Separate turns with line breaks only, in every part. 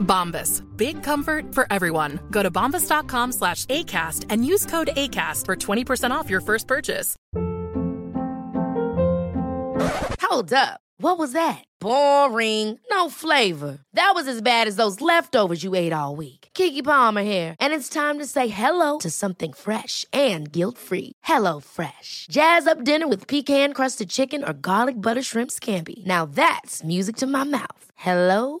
Bombas. Big comfort for everyone. Go to bombas.com slash ACAST and use code ACAST for 20% off your first purchase.
Hold up. What was that? Boring. No flavor. That was as bad as those leftovers you ate all week. Kiki Palmer here, and it's time to say hello to something fresh and guilt-free. Hello Fresh. Jazz up dinner with pecan-crusted chicken or garlic butter shrimp scampi. Now that's music to my mouth. Hello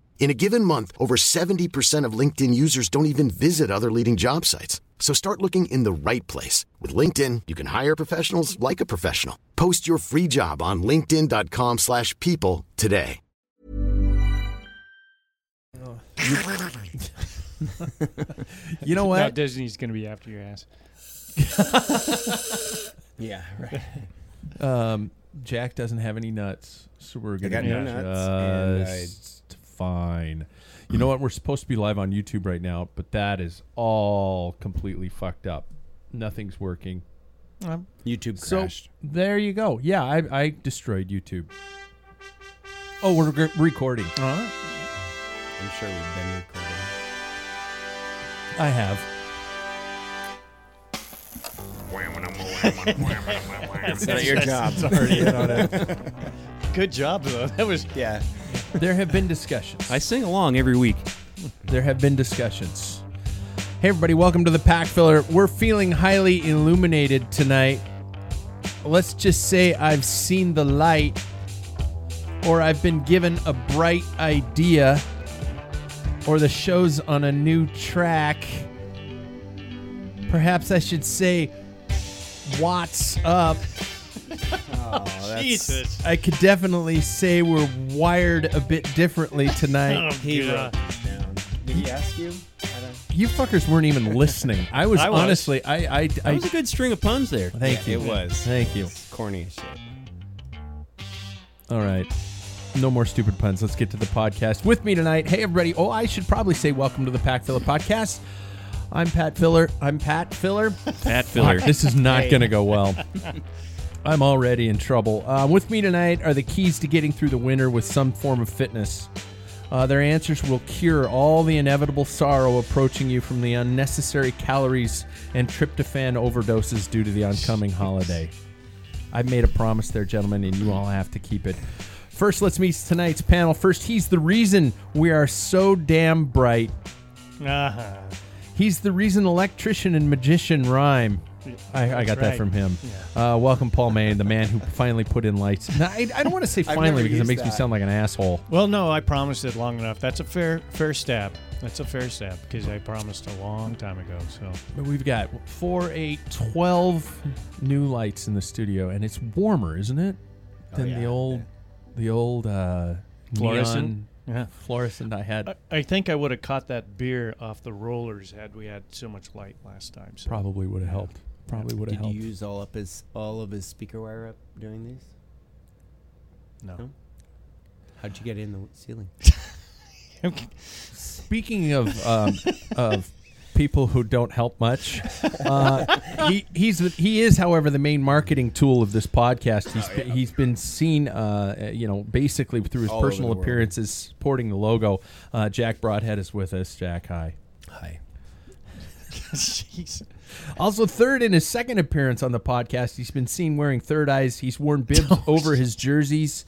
In a given month, over 70% of LinkedIn users don't even visit other leading job sites. So start looking in the right place. With LinkedIn, you can hire professionals like a professional. Post your free job on linkedin.com/people slash people today.
You know
Now
what?
Disney's gonna be after your ass.
Yeah, right.
Um, Jack doesn't have any nuts, so we're gonna
got no nuts, and I-
just fine. You know what? We're supposed to be live on YouTube right now, but that is all completely fucked up. Nothing's working. Um,
YouTube
so
crashed.
there you go. Yeah, I, I destroyed YouTube. Oh, we're re- recording.
I'm sure we've been recording.
I have.
It's not your job.
Good job though. That was
yeah.
There have been discussions.
I sing along every week.
There have been discussions. Hey, everybody, welcome to the Pack Filler. We're feeling highly illuminated tonight. Let's just say I've seen the light, or I've been given a bright idea, or the show's on a new track. Perhaps I should say, What's up?
Jesus.
I could definitely say we're wired a bit differently tonight.
He
God.
wrote it down. Did he ask you?
You fuckers weren't even listening. I was,
I was.
honestly, I, I,
That
I
was a good string of puns there.
Thank
Yeah,
you.
it was.
Thank you.
Corny as shit.
All right. No more stupid puns. Let's get to the podcast. With me tonight, hey everybody. Oh, I should probably say welcome to the Pat Filler podcast. I'm Pat Filler. I'm Pat Filler.
Pat filler.
Fuck, this is not going to go well. I'm already in trouble. Uh, with me tonight are the keys to getting through the winter with some form of fitness. Uh, their answers will cure all the inevitable sorrow approaching you from the unnecessary calories and tryptophan overdoses due to the oncoming holiday. I made a promise there, gentlemen, and you all have to keep it. First, let's meet tonight's panel. First, he's the reason we are so damn bright.
Uh-huh.
He's the reason electrician and magician rhyme. I, I got that
right.
from him. Uh, welcome, Paul May, the man who finally put in lights. Now, I, I don't want to say
never
finally because it
used
makes me
that.
sound like an asshole.
Well, no, I promised it long enough. That's a fair fair stab. That's a fair stab because I promised a long time ago. So
But we've got four, eight, 12 new lights in the studio, and it's warmer, isn't it? Than the
Oh, yeah.
old, the old uh,
Fluorescent?
neon
Yeah.
fluorescent I had.
I, I think I would have caught that beer off the rollers had we had so much light last time. So.
Probably would have helped. Probably would have
Did
helped.
you use all up his all of his speaker wire up doing these?
No.
How'd you get in the ceiling?
Okay.
Speaking of um, of people who don't help much, uh, he he's he is, however, the main marketing tool of this
Oh,
podcast. He's be- he's been seen, uh, uh, you know, basically through his
All over
personal
the world.
appearances supporting the logo. Uh, Jack Broadhead is with us. Jack, hi.
Hi.
Jeez.
Also, third in his second appearance on the podcast, he's been seen wearing third eyes. He's worn bibs
Oh,
over his jerseys,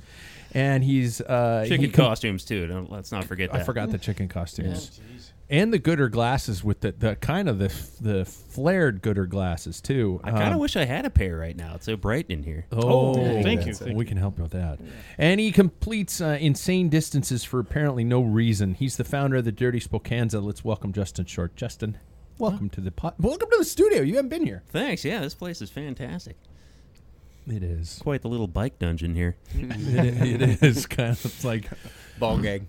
and he's uh,
Chicken
he com-
costumes too. Don't, let's not forget that.
I forgot the chicken costumes. and the gooder glasses with the, the kind of the the flared gooder glasses too.
I kind of
Um,
wish I had a pair right now. It's so bright in here.
Oh,
thank you,
that's-
thank
we can help you with that. And he completes uh, insane distances for apparently no reason. He's the founder of the Dirty Spokanza. Let's welcome Justin Short. Justin, welcome to the pot. Welcome to the studio. You haven't been here.
Thanks. Yeah, this place is fantastic.
It is.
Quite the little bike dungeon here.
it, it is kind of it's like.
Ball gag.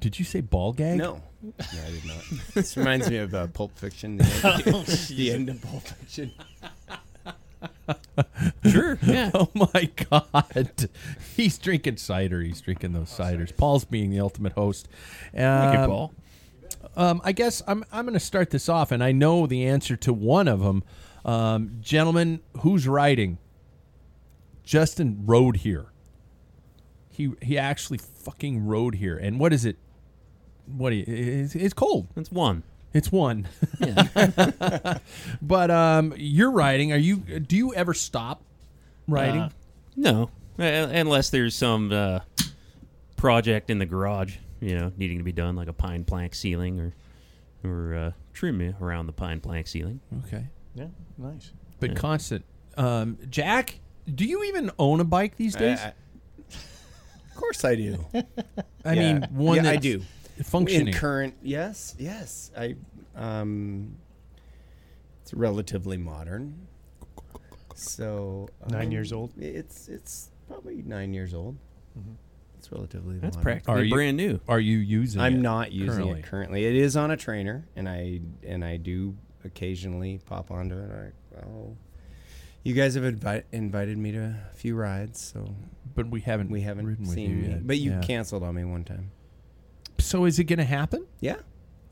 Did you say ball gag?
No. No, I did not. this reminds me of uh, Pulp Fiction. The end, the end
Oh,
of Pulp Fiction.
Sure. Yeah.
Oh my God. He's drinking cider. He's drinking
Oh,
those ciders. Paul's being the ultimate host. Um,
Paul.
Um, I guess I'm, I'm going to start this off, and I know the answer to one of them. Um, gentlemen, who's riding? Justin rode here. He he actually fucking rode here. And what is it? What do you, it's, it's cold.
That's one.
It's one.
Yeah.
But um, you're riding. Are you? Do you ever stop riding?
Uh,
no, Uh, unless there's some uh, project in the garage, you know, needing to be done, like a pine plank ceiling or or uh, trim around the pine plank ceiling.
okay.
Yeah, nice.
But constant. Um, Jack, do you even own a bike these days?
I- I- of course I do.
I
Yeah.
mean, one
Yeah, I
that's
do.
functioning.
In current, yes, yes. I um, it's relatively modern. So um,
Nine years old?
It's it's probably nine years old.
Mm-hmm.
It's relatively.
That's
modern.
practically
Are you-
brand new.
Are you using?
I'm
it
not using
currently?
it currently. It is on a trainer, and I and I do occasionally pop onto it. I, oh, you guys have invi- invited me to a few rides, so
But we haven't.
we haven't
ridden with
seen
you
me.
yet.
But you
Yeah.
canceled on me one time.
So is it going to happen?
Yeah,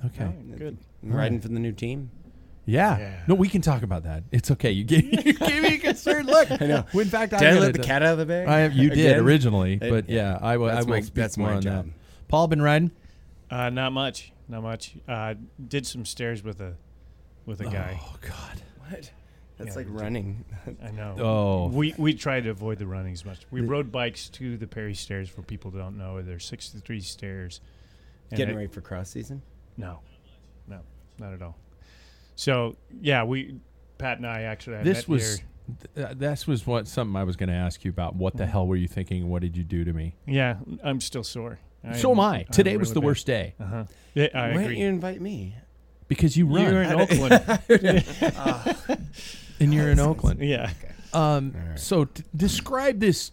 Okay.
Good.
I'm riding for the new team.
Yeah.
Yeah.
No, we can talk about that. It's okay. You gave, you gave me a concerned look. I know. In fact,
Did I
I'm
let
gonna
the
do-
cat out of the bag?
I, you did
Again?
originally,
It-
but yeah, I will. I
That's
will
my-
speak
that's
more
my
on
job.
that. Paul been riding.
Uh, not much. Not much. Uh, did some stairs with a with a guy.
Oh God.
What? That's
Yeah,
like
you did.
running.
I know.
Oh.
We we tried to avoid the running as much. We rode bikes to the Perry Stairs for people who don't know. There's 63 stairs. And
Getting
it-
ready for cross season.
No, no, not at all. So yeah, we Pat and I actually I
this
met
was
here.
th- uh, this was what something I was going to ask you about. What the
Mm-hmm.
hell were you thinking? What did you do to me?
Yeah, I'm still sore.
so am I. Today was the worst day
Uh huh. Yeah, I
Why
agree.
didn't you invite me?
because you
You
run
were in Oakland.
and you're in Oakland.
yeah.
Um, So t- describe this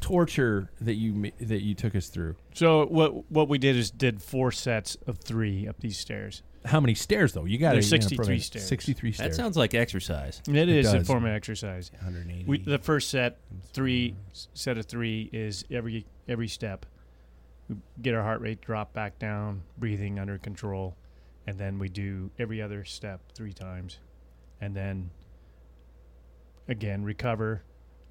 torture that you ma- that you took us through.
So what what we did is did four sets of three up these stairs.
How many stairs though? You got
There's 63 stairs.
Sixty-three
That
stairs.
sounds like exercise.
It is a
does.
form of exercise.
180.
We, the first set, three set of three is every every step. We get our heart rate drop back down, breathing under control, and then we do every other step three times, and then again recover,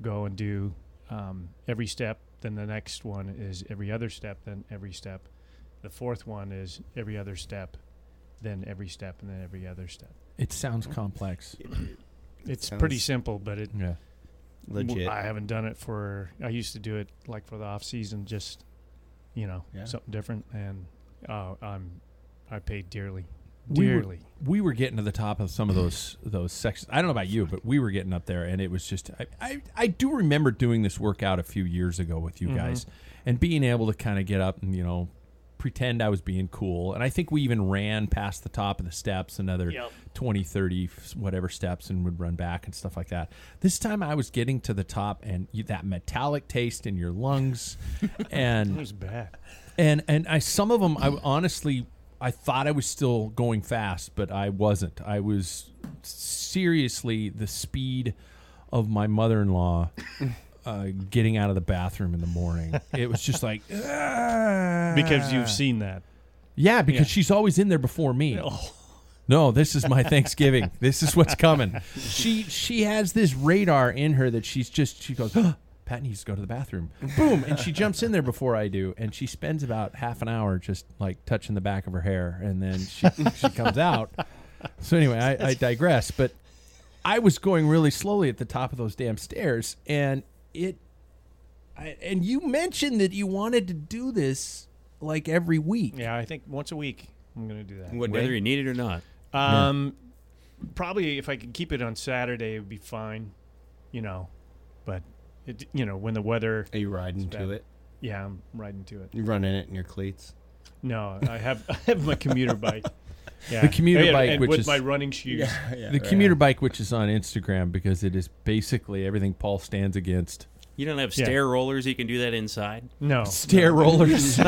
go and do um, every step. Then the next one is every other step. Then every step. The fourth one is every other step, then every step, and then every other step.
it sounds complex.
It's pretty
sounds-
simple, but it
Yeah.
w-
legit.
I haven't done it for. I used to do it like for the off season, just you know
Yeah.
something different, and uh, I'm I paid dearly,
We were-
dearly.
We were getting to the top of some of those those sections. I don't know about you, but we were getting up there, and it was just. I I, I do remember doing this workout a few years ago with you
Mm-hmm.
guys, and being able to kind of get up and you know pretend I was being cool. And I think we even ran past the top of the steps another
Yep.
20, 30, f- whatever steps and would run back and stuff like that. This time I was getting to the top and you, that metallic taste in your lungs and
It was bad.
and and I some of them I honestly I thought I was still going fast, but I wasn't. I was seriously the speed of my mother-in-law uh, getting out of the bathroom in the morning. It was just like
Because you've seen that.
yeah, Oh. because she's always in there before me. No, this is my Thanksgiving. this is what's coming. She she has this radar in her that she's just she goes, "Huh, Pat needs to go to the bathroom. Boom, and she jumps in there before I do, and she spends about half an hour just like touching the back of her hair, and then she she comes out. So anyway, I, I digress, but I was going really slowly at the top of those damn stairs, and it. I, and you mentioned that you wanted to do this like every week.
Yeah, I think once a week I'm going to do that.
What
whether
day?
you need it or not.
Um, probably if I could keep it on Saturday, it would be fine. You know, but it you know when the weather.
Are you riding
bad.
to it?
Yeah, I'm riding to it.
You running it in your cleats?
No, I have I have my commuter bike. Yeah.
The commuter
and,
bike,
and
which
with
is-
my running shoes.
the commuter bike, which is on Instagram, because it is basically everything Paul stands against.
You don't have
Yeah.
stair rollers. You can do that inside.
Oh, No,
Stair rollers.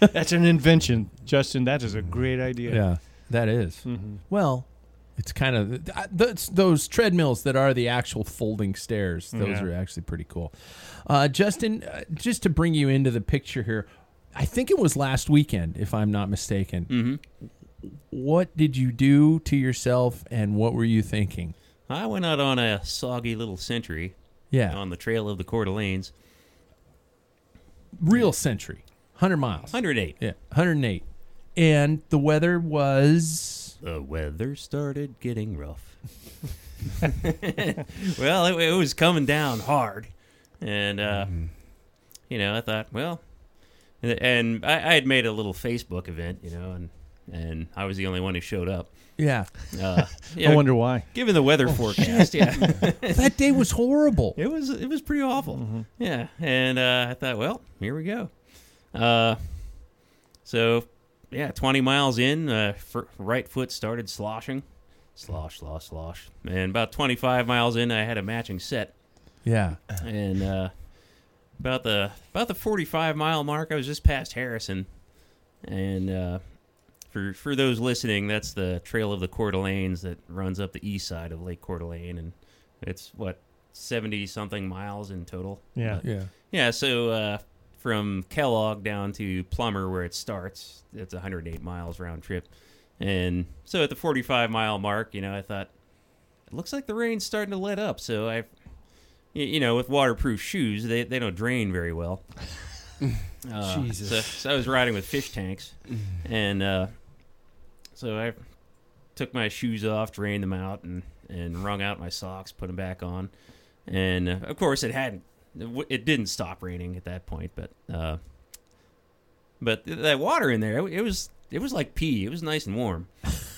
that's an invention, Justin. That is a great idea.
yeah, that is. Well, it's kind of th- th- those treadmills that are the actual folding stairs. Those
Yeah.
are actually pretty cool. Uh, Justin, uh, just to bring you into the picture here, I think it was last weekend, if I'm not mistaken. What did you do to yourself, and what were you thinking?
I went out on a soggy little century
Yeah,
on the trail of the Coeur d'Alene's.
real century, hundred miles.
108.
Yeah, 108. And the weather was
The weather started getting rough. well, it, it was coming down hard, and uh, you know, I thought, well, and, and I, I had made a little Facebook event, you know, and and I was the only one who showed up.
yeah.
Uh, you know,
I wonder why.
given the weather forecast, yeah,
That day was horrible.
it was it was pretty awful. Yeah, and uh, I thought, well, here we go. Uh, so yeah, 20 miles in, uh, fir- right foot started sloshing, slosh, slosh, slosh, and about 25 miles in, I had a matching set,
Yeah.
and uh, about the about the 45 mile mark, I was just past Harrison, and uh, for for those listening, that's the trail of the Coeur d'Alene's that runs up the east side of Lake Coeur d'Alene, and it's what 70 something miles in total.
Yeah.
Yeah.
Yeah, so uh, from Kellogg down to Plummer, where it starts, it's 108 miles round trip. And so at the 45 mile mark, you know, I thought, it looks like the rain's starting to let up. So I, you know, with waterproof shoes, they, they don't drain very well. Uh,
Jesus.
So, so I was riding with fish tanks. And uh, so I took my shoes off, drained them out, and, and wrung out my socks, put them back on. And uh, of course, it hadn't it w- it didn't stop raining at that point, but uh, but th- that water in there, it was it was like pee. It was nice and warm,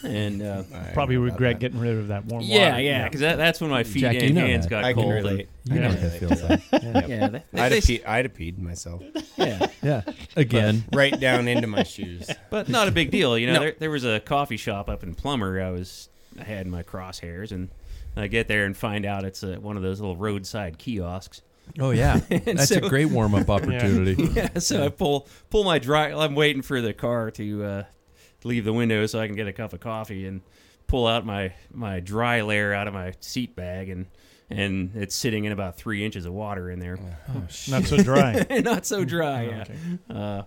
and uh,
Probably regret getting rid of that warm
yeah,
water.
yeah, because that, that's when my feet
Jack, you
and
know
hands
that.
got
I can
cold. and-
relate.
You know what that feels like.
yeah, that-
I'd
they-
have, peed, I'd have peed myself
yeah,
Yeah. Again.
right down into my shoes.
but not a big deal. You know, there, there was a coffee shop up in Plummer. I was I had my crosshairs, and I get there and find out it's a, one of those little roadside kiosks.
Oh yeah. That's a
so-
great warm up opportunity.
Yeah, so I pull pull my dry. I'm waiting for the car to uh, leave the window so I can get a cup of coffee and pull out my my dry layer out of my seat bag and and it's sitting in about three inches of water in there,
Not so dry.
not so dry. Yeah, uh,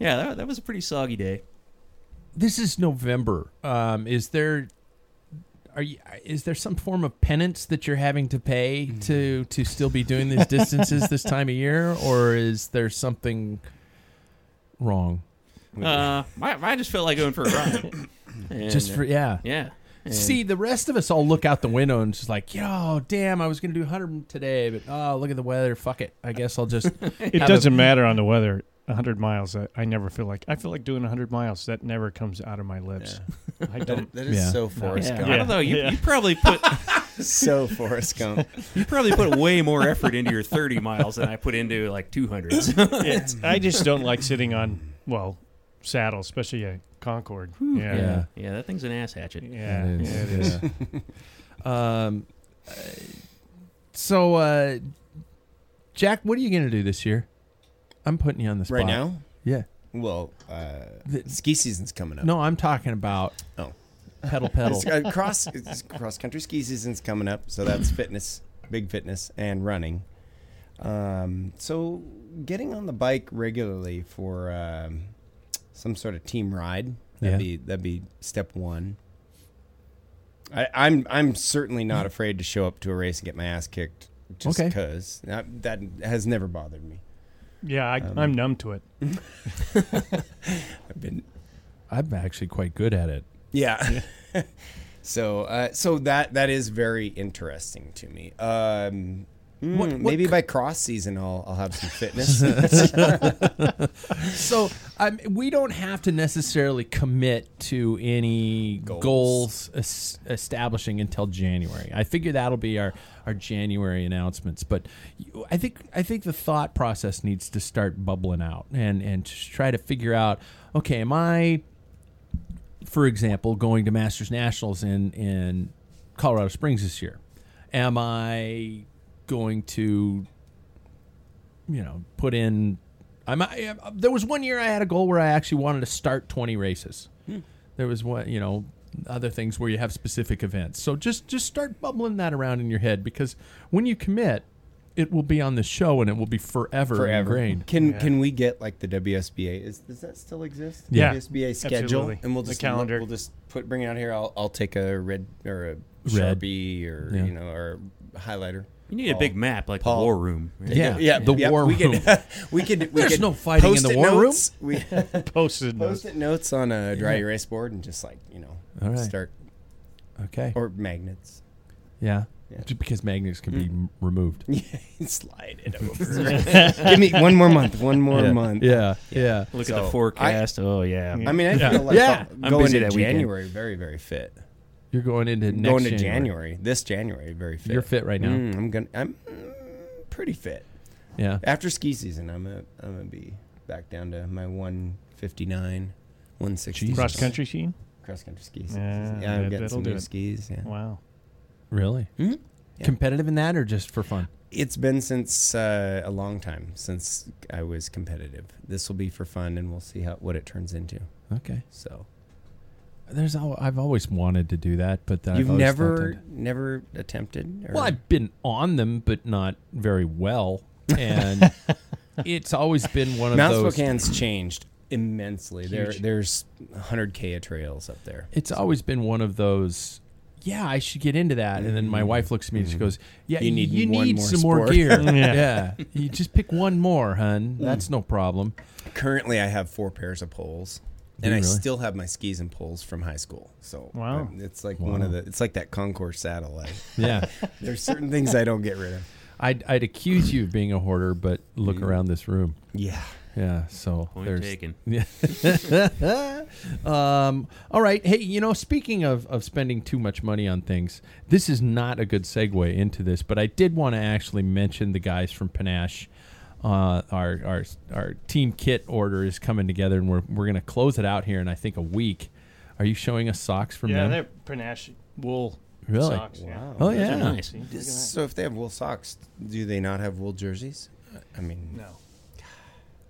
yeah, that, that was a pretty soggy day.
This is November. Um, is there are you, is there some form of penance that you're having to pay to to still be doing these distances this time of year or is there something wrong?
Uh, I, I just felt like going for a ride. And,
Just for
uh,
yeah.
yeah. And-
See, the rest of us all look out the window and just like, yo, damn, I was going to do 100 today, but oh, look at the weather. Fuck it. I guess I'll just.
It
Have a-
doesn't matter on the weather. 100 miles. I, I never feel like I feel like doing 100 miles. That never comes out of my lips. I don't.
That is
Yeah.
so Forrest
yeah,
Gump.
I don't know. You,
Yeah.
you probably put
So Forrest Gump.
you probably put way more effort into your thirty miles than I put into like two hundred. So.
It's, I just don't like sitting on well saddle, especially a Concord. yeah.
Yeah.
yeah,
Yeah, that thing's an ass hatchet.
yeah,
It is.
it is.
um, uh, so, uh, Jack, what are you going to do this year? I'm putting you on the spot.
Right now?
Yeah.
Well, uh,
The-
ski season's coming up.
No, I'm talking about
Oh.
pedal pedal.
It's, uh, cross it's cross country ski season's coming up, so that's fitness, big fitness, and running. Um, so getting on the bike regularly for um, some sort of team ride that'd
Yeah.
be that'd be step one. I, I'm I'm certainly not afraid to show up to a race and get my ass kicked just
Okay.
because that, that has never bothered me.
Yeah, I, I'm numb to it.
I've been
I'm actually quite good at it.
Yeah. so uh, so that that is very interesting to me. Um,
What- what
Maybe
c-
by cross season, I'll, I'll have some fitness.
So um, we don't have to necessarily commit to any goals, es- establishing until January. I figure that'll be our, our January announcements. But you- I think I think the thought process needs to start bubbling out and and just try to figure out. Okay, am I, for example, going to Masters Nationals in in Colorado Springs this year? Am I going to you know, put in. I'm, I, I- there was one year I had a goal where I actually wanted to start 20 races.
Hmm.
There was one, you know, other things where you have specific events. So just just start bubbling that around in your head because when you commit, it will be on the show and it will be forever, ingrained.
Can can we get like the WSBA? Is, does that still exist?
Yeah.
WSBA schedule,
Absolutely.
and we'll
The
just
calendar.
We'll just put bring it out here. I'll I'll take a red or a
Red.
Sharpie or
Yeah.
you know or highlighter.
You need a big map like
Paul.
the war room. right?
Yeah,
Yeah,
the
yeah,
war
we
room.
Could, we could. We
There's
could
no fighting in the
post-it
war room.
notes. We
Posted notes.
post-it notes on a dry erase board and just like you know
All right.
start
okay.
or magnets. Hmm.
yeah. Just because magnets can be m- removed.
Yeah, slide it over. Give me one more month. One more
yeah.
month.
Yeah. Yeah.
Look
So,
at
I-
the forecast. oh yeah.
I mean, I feel like
Yeah.
go-
I'm
going
busy
into
that weekend.
January very very fit.
You're going into next
going to January. This January, very fit.
You're fit right now.
Mm, I'm gonna. I'm mm, pretty fit.
Yeah.
After ski season, I'm gonna. I'm gonna be back down to my 159, 160.
Cross country skiing.
Cross country skis.
Yeah,
Yeah,
that-
I'm getting
that'll
some
do
new
it.
skis. Yeah.
Wow.
Really?
Mm-hmm.
Competitive in that or just for fun?
It's been since uh, a long time since I was competitive. This will be for fun, and we'll see how what it turns into.
Okay.
So
There's al- I've always wanted to do that, but then
you've
I've always
never
thought
never attempted. Or?
that- well, I've been on them, but not very well, and it's always been one of
Mount
those.
Spokane's changed immensely. There, there's 100k of trails up there.
It's always been one of those. Yeah, I should get into that, and then my wife looks at me and she goes, "Yeah,
Mm-hmm. You
you need
need
you
one
need
more
some more
sport." Mm.
gear. yeah.
Yeah.
you just pick one more, hun. That's no problem.
Currently, I have four pairs of poles, and I
really?
still have my skis and poles from high school. So
Wow.
um, it's like one of the. It's like that concourse saddle. I,
Yeah,
there's certain things I don't get rid of.
I'd I'd accuse you of being a hoarder, but look around this room.
Yeah,
Yeah, so
Point
there's
taken.
um, all right. Hey, you know, speaking of, of spending too much money on things, this is not a good segue into this, but I did want to actually mention the guys from Panache. Uh, our, our our team kit order is coming together, and we're, we're going to close it out here in, I think, a week. Are you showing us socks from
Yeah,
them?
they're Panache wool
Really?
socks. Yeah.
oh,
Those are
yeah.
nice.
See, look at that.
So if they have wool socks, do they not have wool jerseys? I mean,
No.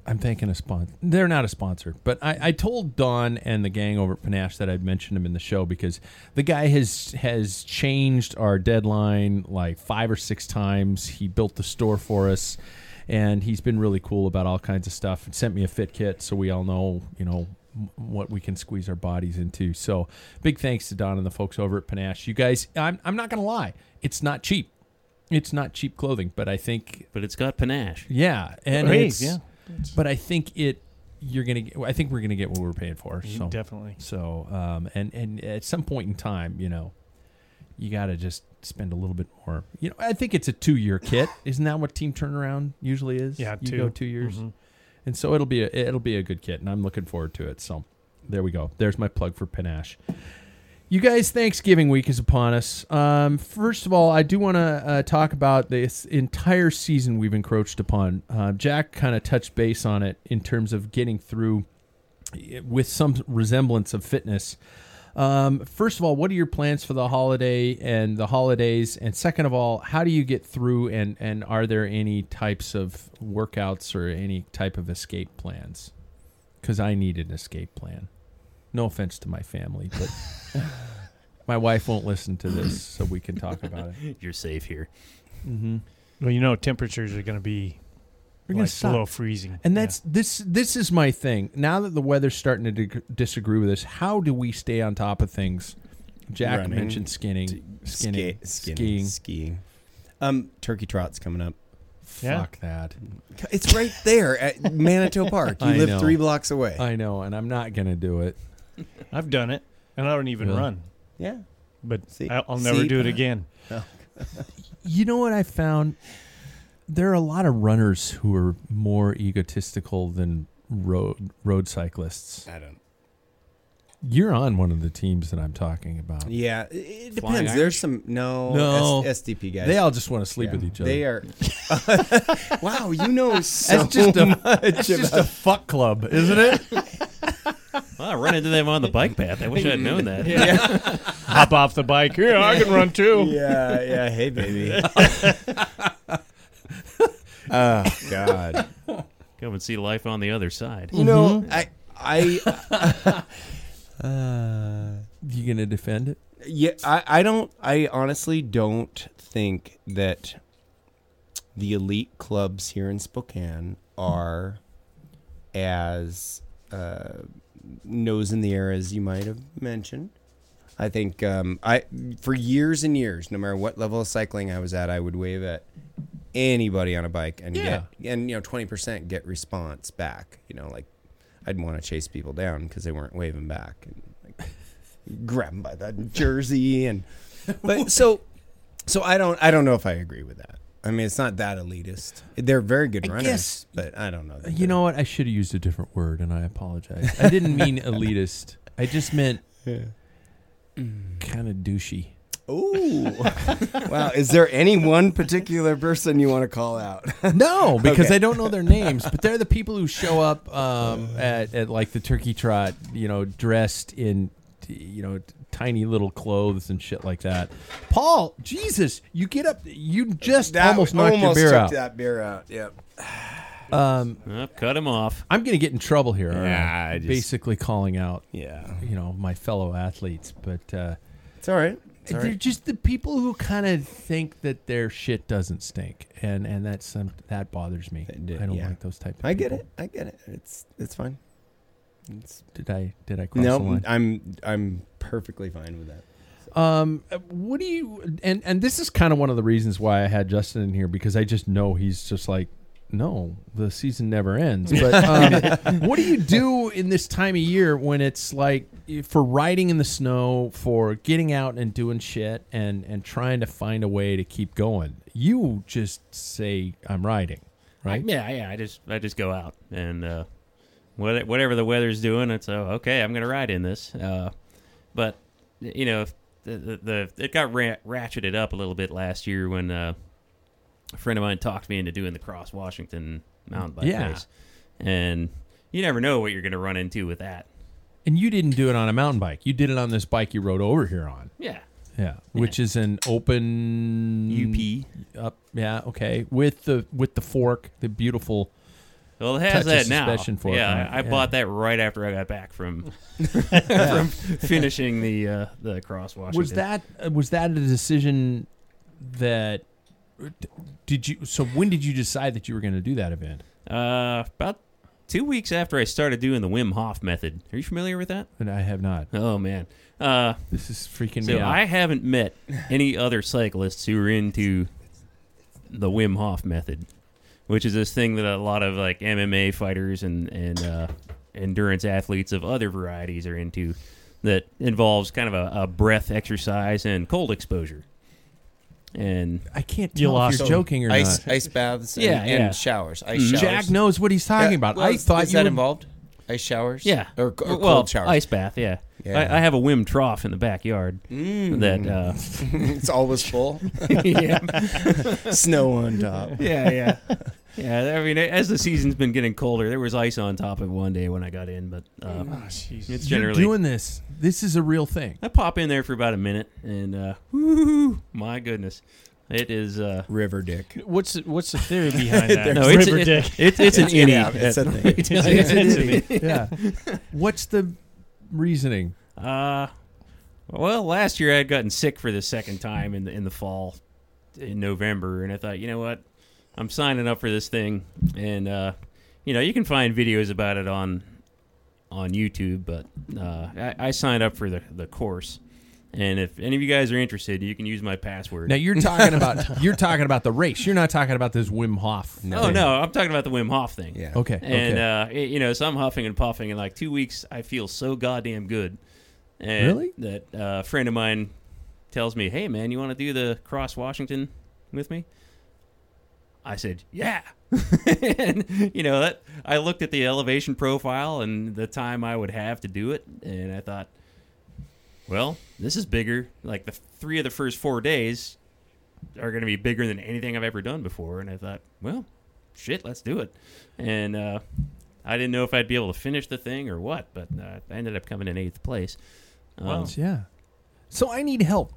I'm thinking a sponsor. They're not a sponsor, but I, I told Don and the gang over at Panache that I'd mentioned him in the show because the guy has has changed our deadline like five or six times. He built the store for us, and he's been really cool about all kinds of stuff. And sent me a fit kit, so we all know you know m- what we can squeeze our bodies into. So big thanks to Don and the folks over at Panache. You guys, I'm I'm not gonna lie, it's not cheap. It's not cheap clothing, but I think
But it's got panache.
yeah, and
Right,
it's,
yeah.
But I think it you're gonna. Get, I think we're gonna get what we're paying for. So
Mm-hmm. Definitely.
So um, and and at some point in time, you know, you got to just spend a little bit more. You know, I think it's a two year kit. Isn't that what team turnaround usually is?
Yeah,
you
two. Mm-hmm.
go two years, and so it'll be a, it'll be a good kit, and I'm looking forward to it. So there we go. There's my plug for Panache. You guys, Thanksgiving week is upon us. Um, first of all, I do want to uh, talk about this entire season we've encroached upon. Uh, Jack kind of touched base on it in terms of getting through it with some resemblance of fitness. Um, first of all, what are your plans for the holiday and the holidays? And second of all, how do you get through and, and are there any types of workouts or any type of escape plans? Because I need an escape plan. No offense to my family, but my wife won't listen to this, so we can talk about it.
You're safe here.
Well, you know, temperatures are going to be
We're gonna
like
stop.
below freezing.
And
Yeah.
that's this. This is my thing. Now that the weather's starting to dig disagree with us, how do we stay on top of things? Jack
Running,
mentioned skinning, skinning,
Ski- skinning,
skiing.
skiing. Um, turkey trot's coming up.
Yeah.
Fuck that.
It's right there at Manitou Park. You
I
live
know.
three blocks away.
I know, and I'm not gonna do it.
I've done it, and I don't even
Really?
run.
yeah.
But
See-
I- I'll never
see,
do it
uh,
again.
You know what I found? there are a lot of runners who are more egotistical than road road cyclists.
I don't.
You're on one of the teams that I'm talking about.
Yeah, it- it
Flying
depends.
Irish?
There's some no,
No.
S- SDP guys.
They all just want to sleep
Yeah.
with each other.
They are. wow, you know so
That's just a,
much
it's just a
about-
fuck club, isn't it?
Well, I run into them on the bike path. I wish I'd known that.
Hop off the bike. Yeah, I can run too.
yeah, yeah. Hey, baby. oh God.
Mm-hmm.
Come and see life on the other side.
You know, I, I,
You gonna defend it?
yeah, I, I don't. I honestly don't think that the elite clubs here in Spokane are as uh, nose in the air as you might have mentioned. I think um, I for years and years, no matter what level of cycling I was at, I would wave at anybody on a bike and get and you know twenty percent get response back. You know, like I'd want to chase people down because they weren't waving back and like grab them by the jersey and but so so I don't I don't know if I agree with that. I mean, it's not that elitist. They're very good
I
runners,
guess-
but I don't know. that
You
they're-
know what? I should have used a different word, and I apologize. I didn't mean elitist. I just meant kind of douchey.
Oh, wow. Is there any one particular person you want to call out?
No, because
Okay.
I don't know their names, but they're the people who show up um,
Uh.
at, at like the turkey trot, you know, dressed in, t- you know, t- tiny little clothes and shit like that. Paul, Jesus, you get up, you just almost knocked your beer out.
that beer out. Yep.
Oh, cut him off.
I'm gonna get in trouble here. aren't I?
Nah, I just-
basically calling out,
Yeah.
you know, my fellow athletes, but. Uh,
It's all right. It's all
They're
right.
just the people who kind of think that their shit doesn't stink, and and that's some that bothers me.
did-
I don't
yeah.
like those type. of
I get
people.
it. I get it. It's it's fine.
Did I did I cross the
No,
line?
I'm I'm perfectly fine with that.
Um, what do you and and this is kind of one of the reasons why I had Justin in here because I just know he's just like. No, the season never ends. But um, what do you do in this time of year when it's like for riding in the snow, for getting out and doing shit, and and trying to find a way to keep going? You just say I'm riding, right?
Yeah, yeah. I just I just go out and uh, what- whatever the weather's doing, it's oh okay. I'm gonna ride in this. Uh, but you know, if the, the, the it got ra- ratcheted up a little bit last year when uh, a friend of mine talked me into doing the Cross Washington mountain bike
Yeah.
race, and you never know what you're gonna run into with that.
And you didn't do it on a mountain bike. You did it on this bike you rode over here on.
Yeah.
Yeah, which is an open
Mm. UP.
up. Yeah, okay. With the with the fork, the beautiful.
Well, it
Touch
has that
a
now.
suspension fork
yeah,
on
I,
it,
I
yeah.
bought that right after I got back from, from finishing the uh, the cross Washington.
Was that uh, was that a decision that uh, did you? So when did you decide that you were going to do that event?
uh, about two weeks after I started doing the Wim Hof method? Are you familiar with that?
And I have not.
Oh man, uh,
This is freaking
so
me out.
I haven't met any other cyclists who are into the Wim Hof method, which is this thing that a lot of like MMA fighters and and uh, endurance athletes of other varieties are into. That involves kind of a, a breath exercise and cold exposure. And
I can't
You
tell
lost
if you're
him.
joking or
ice
not.
ice baths and,
Yeah,
and
yeah. Mm-hmm.
showers. Ice showers.
Jack knows what he's talking
Yeah,
about.
well,
I thought
is
you
that
were-
involved. Ice showers.
Yeah,
Or, co- or
well,
cold showers.
ice bath. Yeah,
Yeah. Mm.
I, I have a Wim trough in the backyard that. Uh,
It's always full.
yeah,
Snow on top.
yeah, yeah, yeah. I mean, as the season's been getting colder, there was ice on top of one day when I got in, but uh,
Mm.
Jesus.
it's
You're
generally
doing this. This is a real thing.
I pop in there for about a minute, and uh, whoo, my goodness, it is. Uh,
River Dick.
What's the, what's the theory behind that?
no, it's
River
it-
Dick.
It's it's an innie.
Yeah, it's a
at-
thing.
it's an innie.
Yeah. What's the reasoning?
Uh, well, last year I had gotten sick for the second time in the, in the fall, in November, and I thought, you know what, I'm signing up for this thing, and uh, you know you can find videos about it on on YouTube, but uh, I, I signed up for the the course, and if any of you guys are interested, you can use my password.
Now you're talking about you're talking about the race. You're not talking about this Wim Hof.
oh no, I'm talking about the Wim Hof thing.
Yeah.
Okay.
And
okay.
uh, y- you know, so I'm huffing and puffing. In like two weeks, I feel so goddamn good. And
Really?
That uh, a friend of mine tells me, "Hey, man, you want to do the cross Washington with me?" I said, "Yeah." and you know, that, I looked at the elevation profile and the time I would have to do it, and I thought, "Well, this is bigger. Like the three of the first four days are going to be bigger than anything I've ever done before." And I thought, "Well, shit, let's do it." And uh, I didn't know if I'd be able to finish the thing or what, but uh, I ended up coming in eighth place. Um,
Yeah. So I need help.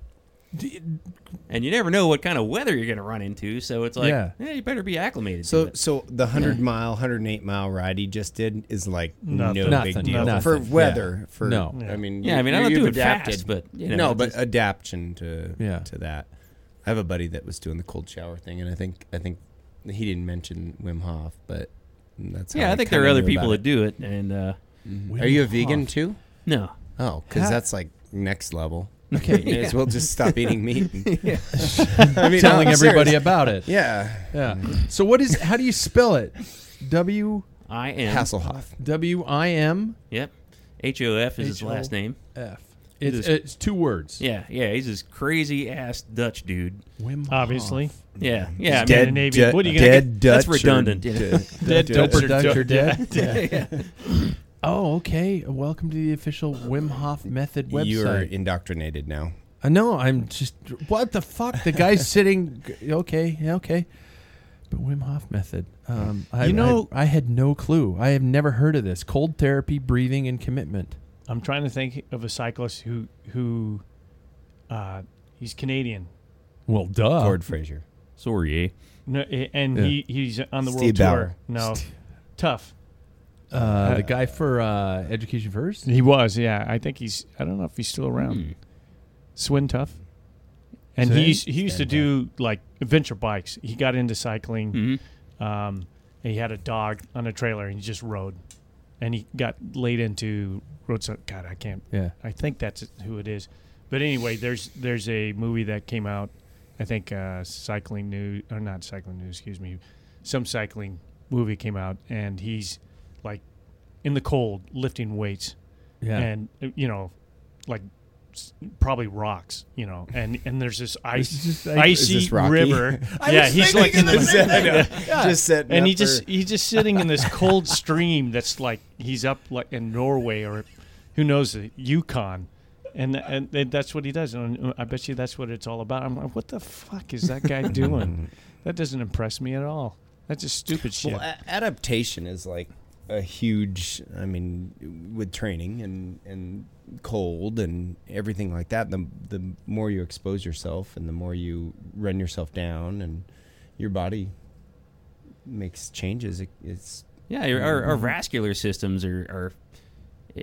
and you never know what kind of weather you're going to run into. So it's like,
Yeah.
yeah, you better be acclimated. to
So,
it.
so the hundred mile, hundred eight mile ride he just did is like
Nothing.
no
Nothing.
big deal
Nothing.
for
Yeah.
weather. For
No.
I mean,
Yeah, I mean, I
you-
don't
you've
do it
adapted,
fast, but, you know,
no,
it
but
just-
adaptation to
Yeah.
to that. I have a buddy that was doing the cold shower thing, and I think I think he didn't mention Wim Hof, but that's how
yeah, I think there are
kinda
other
knew about
people that
it.
do it, and uh,
Are you a vegan too?
no,
Oh, because
Ha-
that's like next level. Okay, may as well just stop eating meat. And, I mean,
Telling
I'm serious.
everybody about it.
Yeah,
Yeah. So what is? How do you spell it? W
I am.
Hasselhoff.
W I M
Yep, H O F is his
H O-
last name.
F. It's,
Just-
it's two words.
Yeah, yeah, he's this crazy ass Dutch dude.
Wim Hof.
Obviously,
Yeah, yeah, I
dead.
mean,
Scandinavian.
du-
What are you gonna
dead
That's
Dutch or
redundant, yeah.
d-
Dead
Dutch
doper
or
Dutch
Dutch.
or dead. Yeah. oh, okay. Welcome to the official Wim Hof Method website.
You're indoctrinated now.
I know. I'm just what the fuck. The guy's sitting. Okay, yeah, okay. But Wim Hof method. Um, I,
You know-
I, I had no clue. I have never heard of this. Cold therapy, breathing, and commitment.
I'm trying to think of a cyclist who who uh, he's Canadian.
Well, duh.
Lord Fraser.
Sorry, eh?
No, eh, and
Yeah.
he, he's on the
Steve
world tour.
Bauer.
No, tough.
Uh, the guy for uh, Education First.
He was, yeah. I think he's. I don't know if he's still around. Swin Tough. And
So
he
then-
used, he used to do like adventure bikes. He got into cycling. Um, and he had a dog on a trailer and he just rode. And he got laid into roadside. God, I can't.
Yeah.
I think that's who it is. But anyway, there's there's a movie that came out. I think uh, cycling news or not cycling news. Excuse me. Some cycling movie came out, and he's like in the cold lifting weights
Yeah.
and uh, you know, like s- probably rocks, you know, and and there's this ice,
just like-
icy
Is this Rocky?
river. yeah, he's like in the
Just setting
and
up
he just
for-
he's just sitting in this cold stream that's like he's up like in Norway or who knows the Yukon. And, and and that's what he does, and uh, I bet you that's what it's all about. I'm like, what the fuck is that guy doing? that doesn't impress me at all. That's just stupid shit.
Well, a- adaptation is like a huge. I mean, with training and and cold and everything like that, the the more you expose yourself and the more you run yourself down, and your body makes changes. It, it's
Yeah, your- our,
Mm-hmm.
our vascular systems are, are,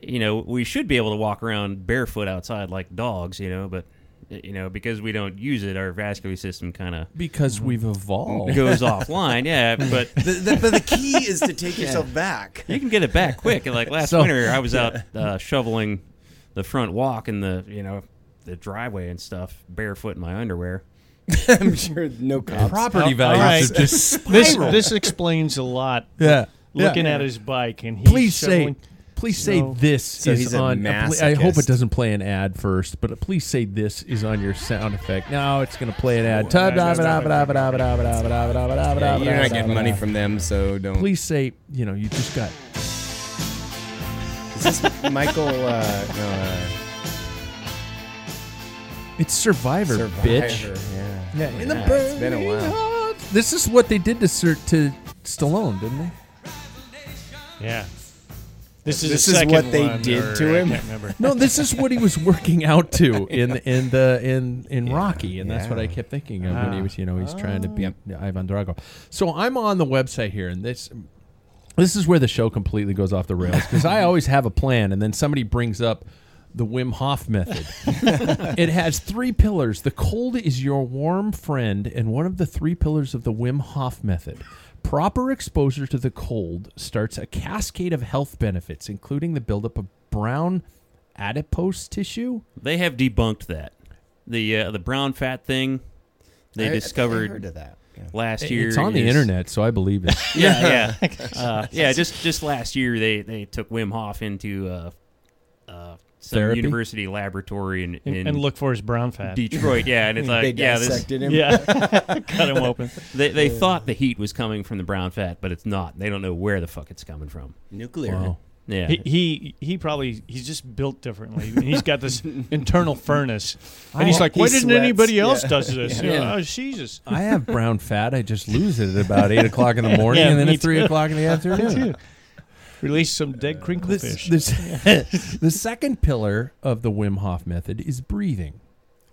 you know, we should be able to walk around barefoot outside like dogs, you know, but, you know, because we don't use it, our vascular system kind of
because we've evolved.
goes offline. Yeah, but
the, the, but the key is to take yourself back.
you can get it back quick. And, Like last
So-
winter, I was out uh, shoveling the front walk and the you know the driveway and stuff barefoot in my underwear.
I'm sure no cops.
Property
Oh,
values
alright.
have just
this
spiraled.
this explains a lot.
yeah. Yeah.
Looking at his bike, and he's
please say
shoveling-
please say
No.
this is
he's a
on uh, pl- I hope it
masochist.
doesn't play an ad first, but please say this is on your sound effect. No, it's going to play an ad.
no, no,
Yeah, you're not getting money
You're
from them, so don't.
Please say, you know, you just got
Is this Michael? Uh, no, uh,
it's Survivor,
uh,
bitch.
Survivor, Yeah.
Yeah, in
Yeah, it's been a
burning
while.
heart. This is what they did to Sir, to Stallone, didn't they?
Yeah. This is,
This
the
is
second
what they
one,
did
or
to him?
I can't remember.
No, this is what he was working out to in in the in in Rocky, and that's what I kept thinking of when he was, you know, he's trying
Ah.
to beat Ivan Drago. So I'm on the website here, and this this is where the show completely goes off the rails because I always have a plan, and then somebody brings up the Wim Hof method. it has three pillars. The cold is your warm friend, and one of the three pillars of the Wim Hof method. Proper exposure to the cold starts a cascade of health benefits, including the buildup of brown adipose tissue.
They have debunked that the uh, the brown fat thing they
I- I think I
discovered
heard of that. Yeah.
last year.
It's on the
is-
internet, so I believe it.
Yeah, yeah, uh, yeah. Just just last year, they they took Wim Hof into uh, uh, some
Therapy?
university laboratory in,
and,
in
and look for his brown fat.
Detroit. Yeah, and it's like
Big
yeah, this,
dissected him.
Yeah, cut him open.
they they thought the heat was coming from the brown fat, but it's not. They don't know where the fuck it's coming from.
Nuclear.
Yeah,
He, he he probably he's just built differently. And he's got this internal furnace, and he's
I-
like, "Why
He
didn't
sweats.
anybody else
Yeah.
does this?" You know,
Yeah.
Oh, Jesus!
I have brown fat. I just lose it at about eight o'clock in the morning,
Yeah,
and then
me
at three
too.
o'clock in the afternoon.
Release some dead crinkle
This,
fish.
this, the second pillar of the Wim Hof method is breathing.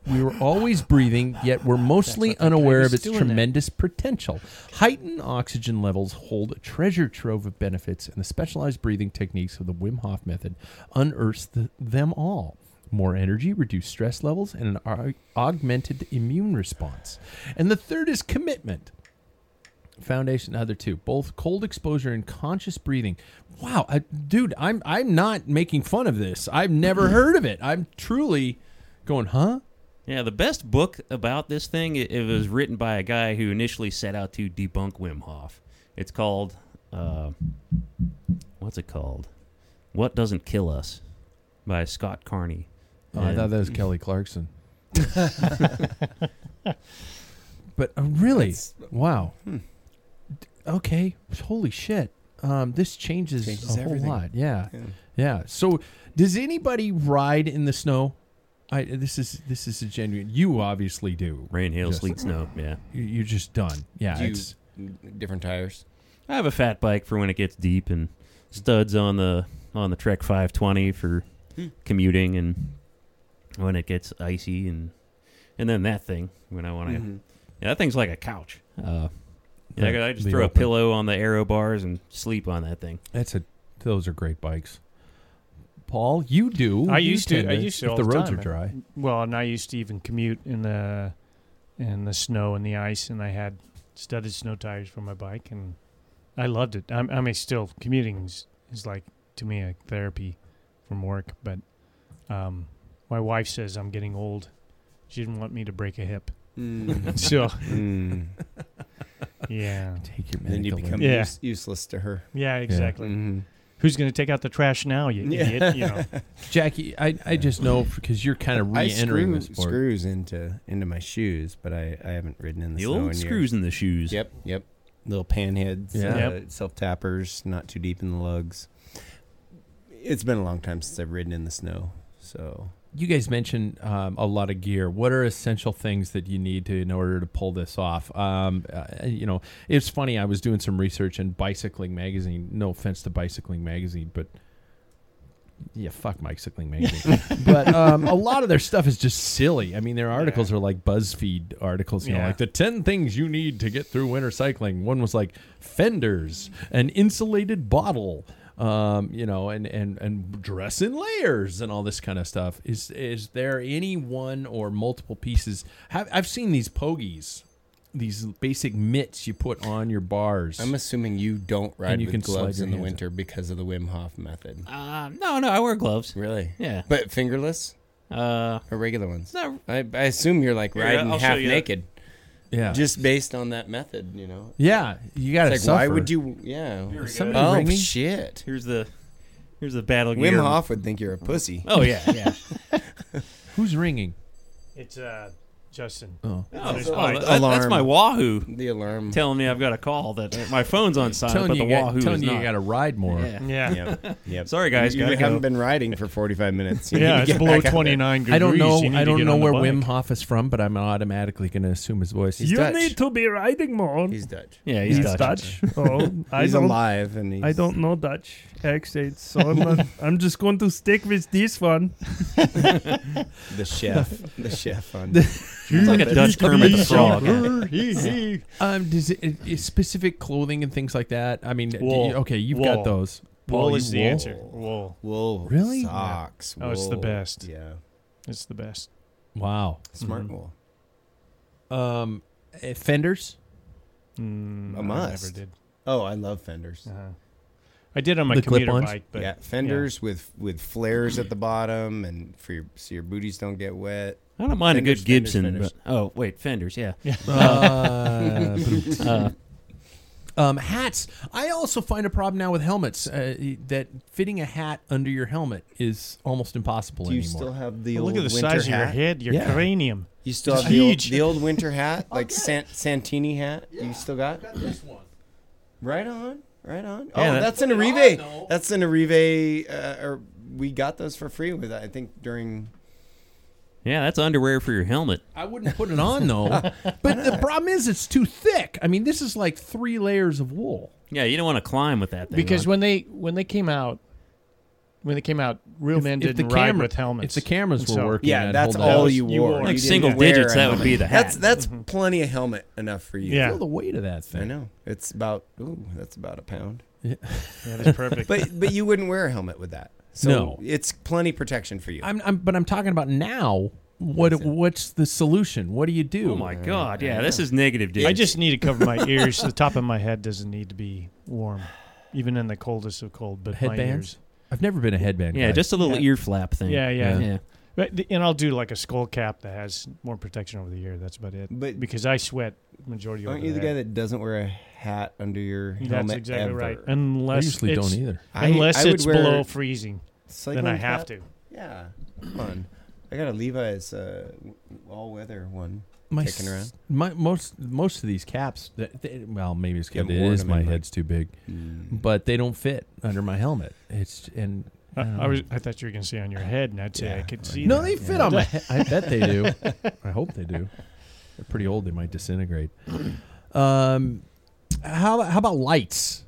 We are always breathing, yet we're mostly unaware of its tremendous potential. Heightened oxygen levels hold a treasure trove of benefits, and the specialized breathing techniques of the Wim Hof method unearths the, them all. More energy, reduced stress levels, and an au- augmented immune response. And the third is commitment. Foundation, other two, both cold exposure and conscious breathing. Wow, I, dude, I'm I'm not making fun of this. I've never heard of it. I'm truly going, huh?
yeah. The best book about this thing it, it was written by a guy who initially set out to debunk Wim Hof. It's called uh, what's it called? What doesn't kill us by Scott Carney.
Oh, I
And-
thought that was Kelly Clarkson. but uh, really, wow.
Hmm.
D- Okay, holy shit. Um, this changes,
Changes
a whole
everything.
lot. Yeah. yeah, So, does anybody ride in the snow? I this is this is a genuine. You obviously do.
Rain, hail,
Yes.
sleet, snow. Yeah.
You- You're just done. Yeah,
Do you-
it's
Different tires.
I have a fat bike for when it gets deep and studs on the on the Trek 520 for
Hmm.
commuting and when it gets icy and and then that thing when I want to
Mm-hmm.
yeah, that thing's like a couch. Uh, yeah, I
The-
could- I just
the
throw
open.
a pillow on the aero bars and sleep on that thing.
that's a. Those are great bikes. Paul, you do.
I
You
used to-
tend
I used to
If
all
the
the
roads
time.
are dry.
Well, and I used to even commute in the in the snow and the ice, and I had studded snow tires for my bike, and I loved it. I'm, I mean, still commuting is, is like to me a therapy from work. But um, my wife says I'm getting old. She didn't want me to break a hip, so
Mm.
yeah,
Take your
Then you
medical
become
Yeah.
use- useless to her.
yeah, exactly.
Mm-hmm.
Who's going to take out the trash now? You
Yeah.
idiot. You know.
Jackie, I, I just know because you're kind of
I
re-entering
screw
the sport.
screws into into my shoes, but I, I haven't ridden in the,
The
snow in
old
years.
screws in the shoes.
Yep, yep. Little pan heads,
Yeah.
uh, self tappers, not too deep in the lugs. It's been a long time since I've ridden in the snow, so
You guys mentioned um, a lot of gear. What are essential things that you need to in order to pull this off? Um, uh, you know, it's funny. I was doing some research in Bicycling Magazine. No offense to Bicycling Magazine, but yeah, fuck Bicycling Magazine. but um, a lot of their stuff is just silly. I mean, their articles are like BuzzFeed articles. You know,
Yeah.
like the ten things you need to get through winter cycling. One was like fenders, an insulated bottle, um, you know, and and and dress in layers and all this kind of stuff. Is is there any one or multiple pieces? Have, I've seen these pogies, these basic mitts you put on your bars.
I'm assuming you don't ride
you
with
can slide
gloves
your
in the
hands
winter because of the Wim Hof method.
Uh, no, no, I wear gloves.
Really?
Yeah.
But fingerless
Uh,
or regular ones?
no,
I, I assume you're like
Here,
riding
I'll show
half
you.
naked,
yeah,
just based on that method. You know,
yeah. You got to
it's like why would you? Yeah.
we
Is somebody
Oh
ringing?
shit!
here's the here's the battle
Wim
gear.
Hof would think you're a pussy.
Oh yeah, yeah.
Who's ringing?
It's uh, Justin.
Oh.
oh,
There's-
oh, that- that's
alarm.
my Wahoo.
The alarm.
telling me I've got a call that my phone's on silent, Uh, but
telling
the
you,
Wahoo
telling
is
you,
not.
you got to ride more.
Yeah. Yeah,
Yep, yep.
Sorry, guys,
you
gotta
haven't
go.
been riding for 45 minutes. You need to
it's
get
below
back out there.
29 degrees.
I don't know.
You need
I
to
don't
get
know
on the
where
bike.
Wim Hof is from, but I'm automatically going to assume his voice.
He's Dutch.
to be riding more.
He's Dutch.
yeah, he's, Dutch.
Oh, I
He's
don't.
alive and he's
I don't know Dutch accents, so I'm, not, I'm just going to stick with this one.
the chef. the chef on
He's like a Dutch Kermit the Frog.
Um, does it, it, is specific clothing and things like that? I mean, do you-
Wool.
okay, you've got
Wool.
those. Paul,
Wool
you
is the
wool?
answer. Wool.
wool.
Really?
Socks.
Oh, it's the
wool.
best.
Yeah.
It's the best.
Wow.
Smart wool.
Um, eh, fenders.
Mm,
A
I
must.
never did.
Oh, I love fenders.
Uh-huh. I did on my
The
commuter
clip-ons?
bike, but
yeah, fenders with with flares at the bottom, and for your, so your booties don't get wet.
I don't mind a
Fenders,
good
fenders,
Gibson. oh,
fenders.
But, oh wait, Fenders. Yeah.
Uh,
Uh,
Um, hats. I also find a problem now with helmets uh, that fitting a hat under your helmet is almost impossible
Do you
anymore.
still have the
Well,
old
Oh, look at the
winter
size of your
hat?
head, your
Yeah.
cranium.
You still
It's
have the old,
huge.
the old winter hat, like Sant- Santini hat. You still got?
this one.
Right on, right on.
Yeah,
oh,
that-
that's an Arrive. That's an Arrive. Uh, or we got those for free with I think during.
Yeah, that's underwear for your helmet.
I wouldn't put it on though. but the problem is it's too thick. I mean, this is like three layers of wool.
Yeah, you don't want to climb with that thing.
Because
on.
when they when they came out, when they came out, real men
if
didn't
the
ride
camera-
with helmets.
if the cameras
And
were working.
Yeah,
I'd
that's
hold it
all
out.
you
You
wore.
wore Mm-hmm. it.
You
like
didn't
single
wear a
digits, that would
helmet.
be the
That's
hat.
that's plenty of helmet enough for you.
Yeah.
Feel the weight of that
I
thing.
know. It's about ooh, that's about a pound.
that is perfect.
But but you wouldn't wear a helmet with that. So
No.
it's plenty protection for you.
I'm, I'm, but I'm talking about now. What what's the solution? What do you do?
oh my god, yeah, this is negative, dude.
I just need to cover my ears. the top of my head doesn't need to be warm, even in the coldest of cold. But my
headbands.
ears,
I've never been a headband.
yeah,
guy.
just a little
Yeah.
ear flap thing.
Yeah, yeah.
yeah.
But the- and I'll do like a skull cap that has more protection over the ear. That's about it.
But-
because I sweat majority of
Aren't you the guy that doesn't wear a hat under your helmet?
That's exactly
ever?
right.
Uh-huh.
I
Unless
usually
it's,
don't either.
I-
Unless
I would
it's
wear
below freezing,
Cycling
then I have
cap?
to.
Yeah. Come on. I got a Levi's uh, all weather one.
My,
kicking around.
s- my most most of these caps. That, they, well, maybe it's
You
because
haven't
it
worn
is
them
my
in, like-
head's too big, but they don't fit under my helmet. It's and
I,
don't
I
know.
was. I thought you were gonna say on your head, and I'd say I could see. that.
No, they fit on my. he- I bet they do. I hope they do. They're pretty old. They might disintegrate. Um, how how about lights?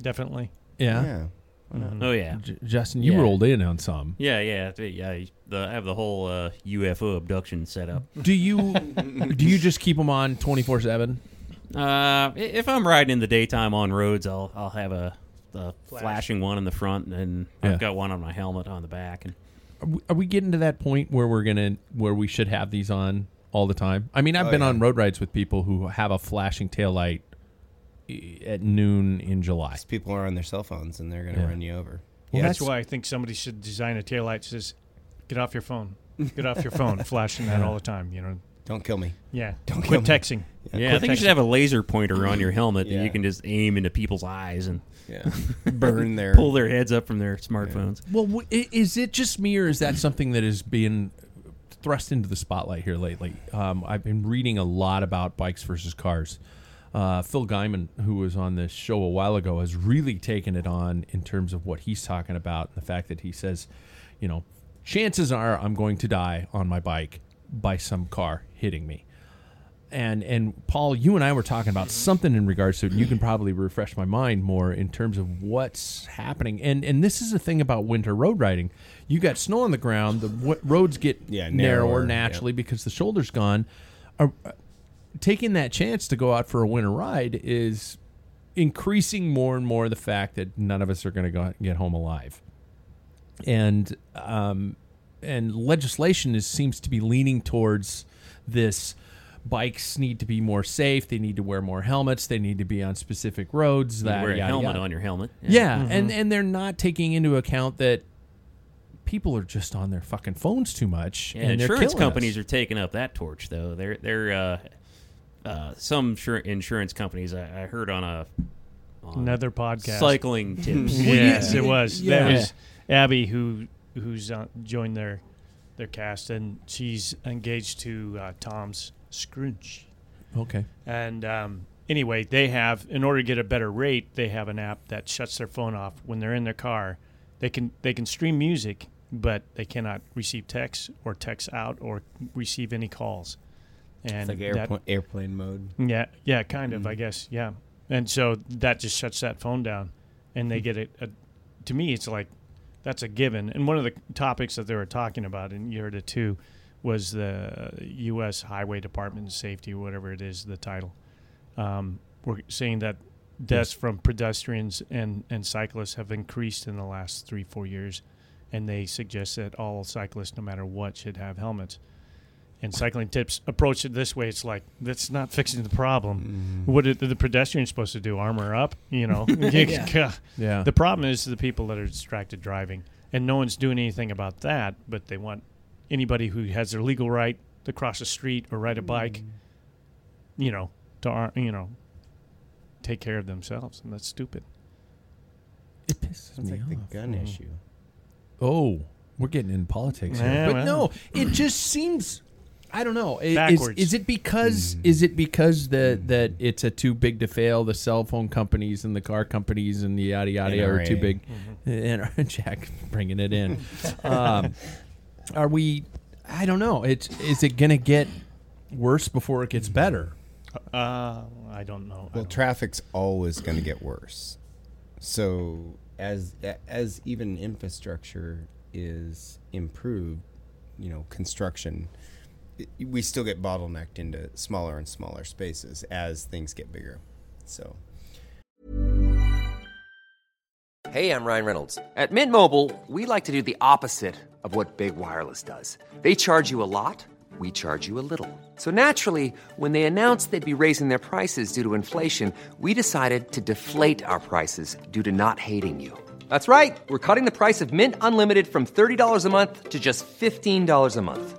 definitely.
Yeah,
Yeah.
Oh yeah.
J- Justin, you
Yeah.
rolled in on some.
Yeah, yeah, I- yeah. The, I have the whole uh, UFO abduction set up.
Do you do you just keep them on twenty four seven?
Uh, i- if I'm riding in the daytime on roads, I'll I'll have a, a flashing one in the front, and
Yeah.
I've got one on my helmet on the back. And
Are we getting to that point where we're gonna where we should have these on all the time? I mean, I've been on road rides with people who have a flashing taillight i- at noon in July.
These people are on their cell phones and they're gonna
Yeah.
run you over.
Well,
that's, why I think somebody should design a taillight that says, "Get off your phone. Get off your phone." Flashing that all the time. You know.
Don't kill me.
Yeah.
Don't
quit
kill me.
texting.
yeah, I think you should have a laser pointer on your helmet that
Yeah.
you can just aim into people's eyes and
Yeah. Burn their
pull their heads up from their smartphones.
Well, w- i- is it just me, or is that something that is being thrust into the spotlight here lately? Um, I've been reading a lot about bikes versus cars. Uh, Phil Guyman, who was on this show a while ago, has really taken it on in terms of what he's talking about and the fact that he says, you know, chances are I'm going to die on my bike by some car hitting me and and Paul, you and I were talking about something in regards to it. And you can probably refresh my mind more in terms of what's happening. And and this is the thing about winter road riding. You got snow on the ground. The w- roads get
Yeah,
narrower,
narrower,
naturally because the shoulder's gone. Are, uh, taking that chance to go out for a winter ride is increasing more and more the fact that none of us are going to go get home alive. And um, and legislation is seems to be leaning towards this bikes need to be more safe they need to wear more helmets they need to be on specific roads
You
that
wear a
yada,
helmet
yada.
on your helmet.
yeah and and they're not taking into account that people are just on their fucking phones too much
Yeah,
and they're
insurance
killing
companies
us.
are taking up that torch, though. They're they're uh, uh, some insur- insurance companies I, I heard on a on
Another podcast.
cycling tips.
Yes, it was. That
yeah.
was Abby who who's uh, joined their their cast, and she's engaged to uh, Tom's Scrooge.
okay
And um, anyway, they have in order to get a better rate, they have an app that shuts their phone off when they're in their car. They can they can stream music, but they cannot receive texts or text out or receive any calls. And
like
that-
airplane, airplane mode. Mm-hmm.
yeah, yeah, kind of, I guess. Yeah. And so that just shuts that phone down and they get it. A, to me, it's like that's a given. And one of the topics that they were talking about, and you heard it too, was the U.S. Highway Department Safety, whatever it is, the title. Um, we're saying that deaths from pedestrians and, and cyclists have increased in the last three, four years. And they suggest that all cyclists, no matter what, should have helmets and cycling tips approach it this way, it's like that's not fixing the problem. What are the pedestrians supposed to do? Armor up, you know? yeah.
Yeah.
The problem is the people that are distracted driving, and no one's doing anything about that. But they want anybody who has their legal right to cross a street or ride a bike, you know, to ar- you know, take care of themselves, and that's stupid.
It pisses
It's
me
like the
off.
gun issue.
Oh, we're getting in politics
Yeah,
here. But
well.
no, it just seems I don't know. I- is-
Backwards.
Is, it because is it because that that it's a too big to fail? The cell phone companies and the car companies and the yada yada are
NRA.
too big.
Mm-hmm.
And Jack bringing it in. um, are we? I don't know. It's is it gonna get worse before it gets better?
Uh, I don't know. I
Well,
don't-
traffic's always going to get worse. So as as even infrastructure is improved, you know, construction, it, we still get bottlenecked into smaller and smaller spaces as things get bigger. So
Hey, I'm Ryan Reynolds. At Mint Mobile, we like to do the opposite of what Big Wireless does. They charge you a lot, we charge you a little. So naturally, when they announced they'd be raising their prices due to inflation, we decided to deflate our prices due to not hating you. That's right. We're cutting the price of Mint Unlimited from $30 a month to just $15 a month.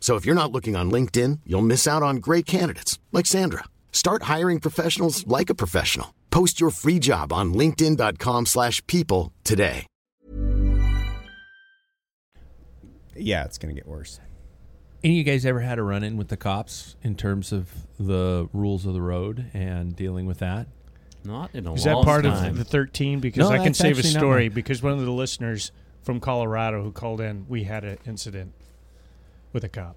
So if you're not looking on LinkedIn, you'll miss out on great candidates like Sandra. Start hiring professionals like a professional. Post your free job on linkedin.com/people slash people today.
yeah, it's going to get worse.
Any of you guys ever had a run in with the cops in terms of the rules of the road and dealing with that?
Not in a
Is that
long
part
time.
of the 13? Because
No,
I can
that's
save a
actually not
story.
mine.
Because one of the listeners from Colorado who called in, we had an incident with a cop.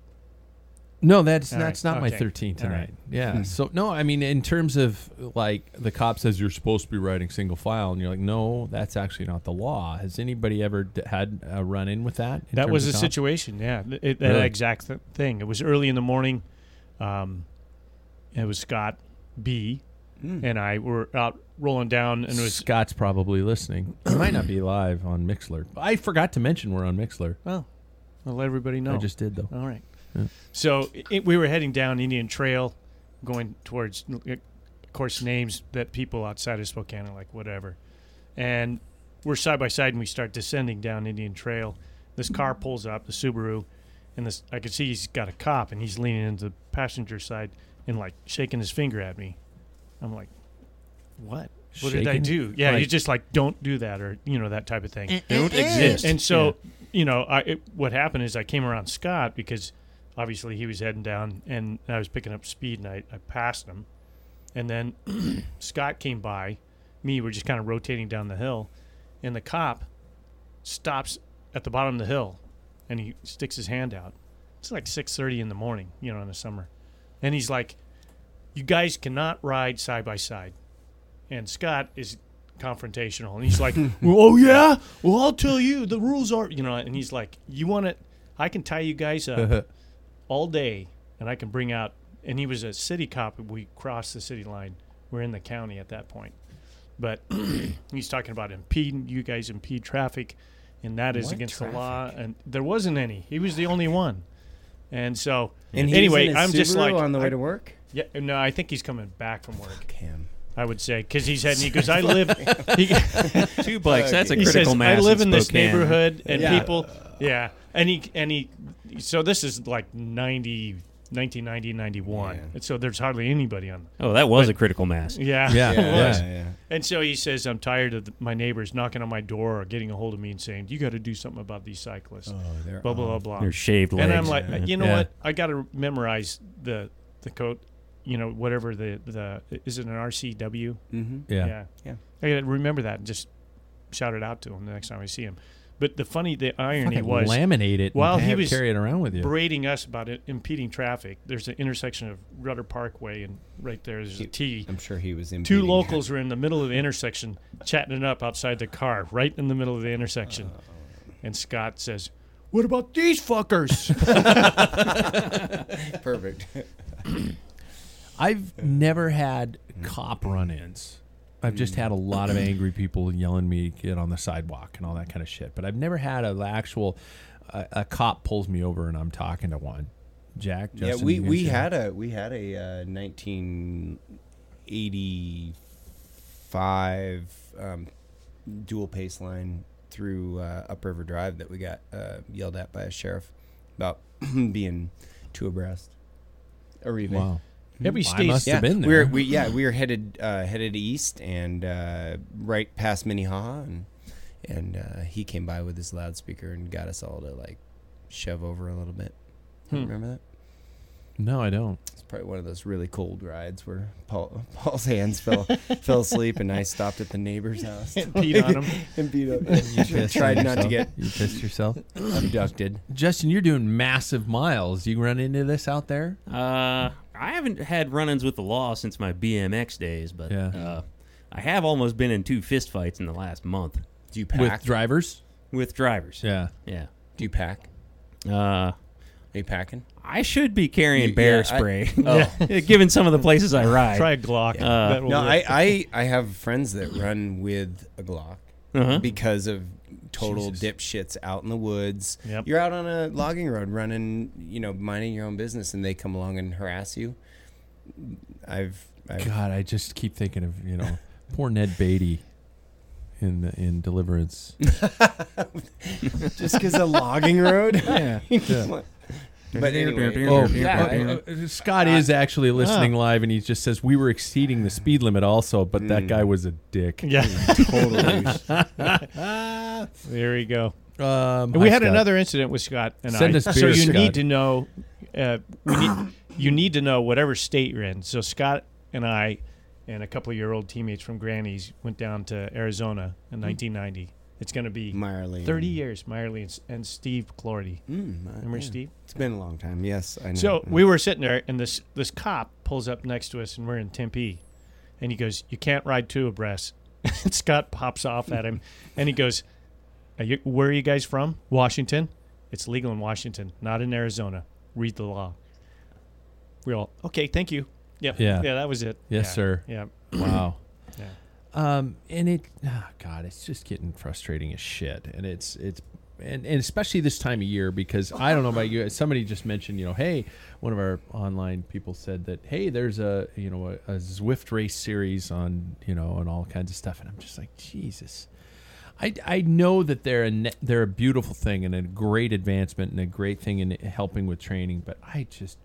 No, that's
All
that's
right,
not my
okay.
13
All
tonight.
right. Hmm.
Yeah. So no, I mean in terms of like the cop says you're supposed to be writing single file and you're like no, that's actually not the law. Has anybody ever d- had a run in with that? in
that
terms
was
of
the
cops?
situation. Yeah, Th- it, that
Really?
exact th- thing. It was early in the morning. Um, it was Scott B. and I were out rolling down, and it was
Scott's probably listening. He might not be live on Mixler. I forgot to mention we're on Mixler.
well. I'll let everybody know.
I just did though.
All right. So i- it, we were heading down Indian Trail, going towards, of course, names that people outside of Spokane are like, whatever. And we're side by side, and we start descending down Indian Trail. This car pulls up, the Subaru, and this I could see he's got a cop, and he's leaning into the passenger side and like shaking his finger at me. I'm like, what? What did I
Shaking?
do? Yeah,
Like-
you just like don't do that, or you know that type of thing.
don't exist.
And so, you know, I it, what happened is I came around Scott because obviously he was heading down and I was picking up speed and I, I passed him. And then Scott came by. Me, we're just kind of rotating down the hill. And the cop stops at the bottom of the hill and he sticks his hand out. It's like 6.30 in the morning, you know, in the summer. And he's like, you guys cannot ride side by side. And Scott is confrontational, and he's like, "Well, "Oh yeah, well I'll tell you the rules are, you know." And he's like, "You want it? I can tie you guys up all day, and I can bring out." And he was a city cop. and We crossed the city line. We're in the county at that point, but he's talking about impeding you guys impede traffic, and that is
What
against
traffic?
the law. And there wasn't any. He was the only one, and so
And he's
anyway,
in his
I'm just like
Subaru on the way
I-
to work.
yeah, no, I think he's coming back from work.
Cam.
I would say because he's heading. He goes, I live. He,
two bikes. That's a
he
critical
says,
mass.
I live in this
Spokane."
neighborhood, and
Yeah.
people. Yeah, and he and he. So this is like 90, 1990, 91.
Yeah.
And so there's hardly anybody on.
Oh, that was a critical mass.
Yeah,
Yeah.
it was.
yeah, yeah.
And so he says, I'm tired of the, my neighbors knocking on my door or getting a hold of me and saying, you got to do something about these cyclists.
Oh, they're
blah blah blah blah.
They're shaved legs.
And I'm like, you know
Yeah.
what? I got to memorize the the code. You know, whatever the the is it an RCW?
Yeah.
Yeah.
Yeah.
I gotta remember that and just shout it out to him the next time I see him. But the funny, the irony
Fucking
was
laminate it
while
and
he
have-
was
carry it around with you.
braiding us about it, impeding traffic. There's an intersection of Rudder Parkway and right there is a T.
I'm sure he was in
Two locals were in the middle of the intersection, chatting it up outside the car, right in the middle of the intersection.
Uh.
And Scott says, "What about these fuckers?"
Perfect.
I've never had cop run-ins. I've just had a lot of angry people yelling me get on the sidewalk and all that kind of shit. But I've never had an actual uh, a cop pulls me over and I'm talking to one. Jack, Justin,
yeah, we,
you can
we
share.
had a we had a uh, 1985 um, dual pace line through uh, Upriver Drive that we got uh, yelled at by a sheriff about being too abreast. Or even
Wow. Hmm.
Every
I
state,
must
yeah,
have been there.
we were we yeah we were headed uh, headed east and uh, right past Minnehaha and and uh, he came by with his loudspeaker and got us all to like shove over a little bit.
Hmm.
Remember that?
no, I don't.
It's probably one of those really cold rides where Paul, Paul's hands fell fell asleep and I stopped at the neighbor's house
peed on him.
and beat up.
pissed on
tried not to
yourself?
get
You pissed yourself,
abducted.
Justin. You're doing massive miles. You run into this out there?
Uh, I haven't had run-ins with the law since my BMX days, but
Yeah.
uh, I have almost been in two fistfights in the last month
Do you pack?
With drivers?
with drivers.
Yeah.
Yeah.
Do you pack?
Uh,
Are you packing?
I should be carrying
You-
bear
yeah, I-
spray, given some of the places I ride.
Try a Glock.
Uh,
That will
No,
work.
I, I, I have friends that run with a Glock
Uh-huh.
because of total dipshits out in the woods.
Yep.
You're out on a logging road running, you know, minding your own business, and they come along and harass you. I've, I've
God, I just keep thinking of you know poor Ned Beatty in the, in Deliverance.
just because a logging road. yeah. But anyway,
Oh,
yeah,
uh, uh, uh, Scott is actually listening live, and he just says we were exceeding the speed limit also, but that guy was a dick.
yeah,
totally.
Ah.
there you go.
Um,
we
hi,
had
Scott.
another incident with Scott and
Send
I.
us
so
beer,
you
Scott.
need to know. Uh, we need, you need to know whatever state you're in. So Scott and I, and a couple of your old teammates from Granny's, went down to Arizona
Hmm.
in 1990. It's going to be
Meyerly.
30 years. Meyerly and, and Steve Clorty.
Mm, uh,
Remember
yeah.
Steve?
It's been a long time. Yes, I know.
So
Mm-hmm.
we were sitting there, and this this cop pulls up next to us, and we're in Tempe, and he goes, "You can't ride two abreast." and Scott pops off at him, and he goes, are you, "Where are you guys from? Washington? It's legal in Washington, not in Arizona. Read the law." We all okay. Thank you. Yep.
Yeah.
Yeah. That was it.
Yes,
Yeah.
sir.
Yeah.
Wow.
Yeah.
Um, and it, oh God, it's just getting frustrating as shit. And it's, it's, and, and especially this time of year because I don't know about you. Somebody just mentioned, you know, hey, one of our online people said that, hey, there's a, you know, a, a Zwift race series on, you know, on all kinds of stuff. And I'm just like, Jesus. I, I know that they're a ne- they're a beautiful thing and a great advancement and a great thing in helping with training, but I just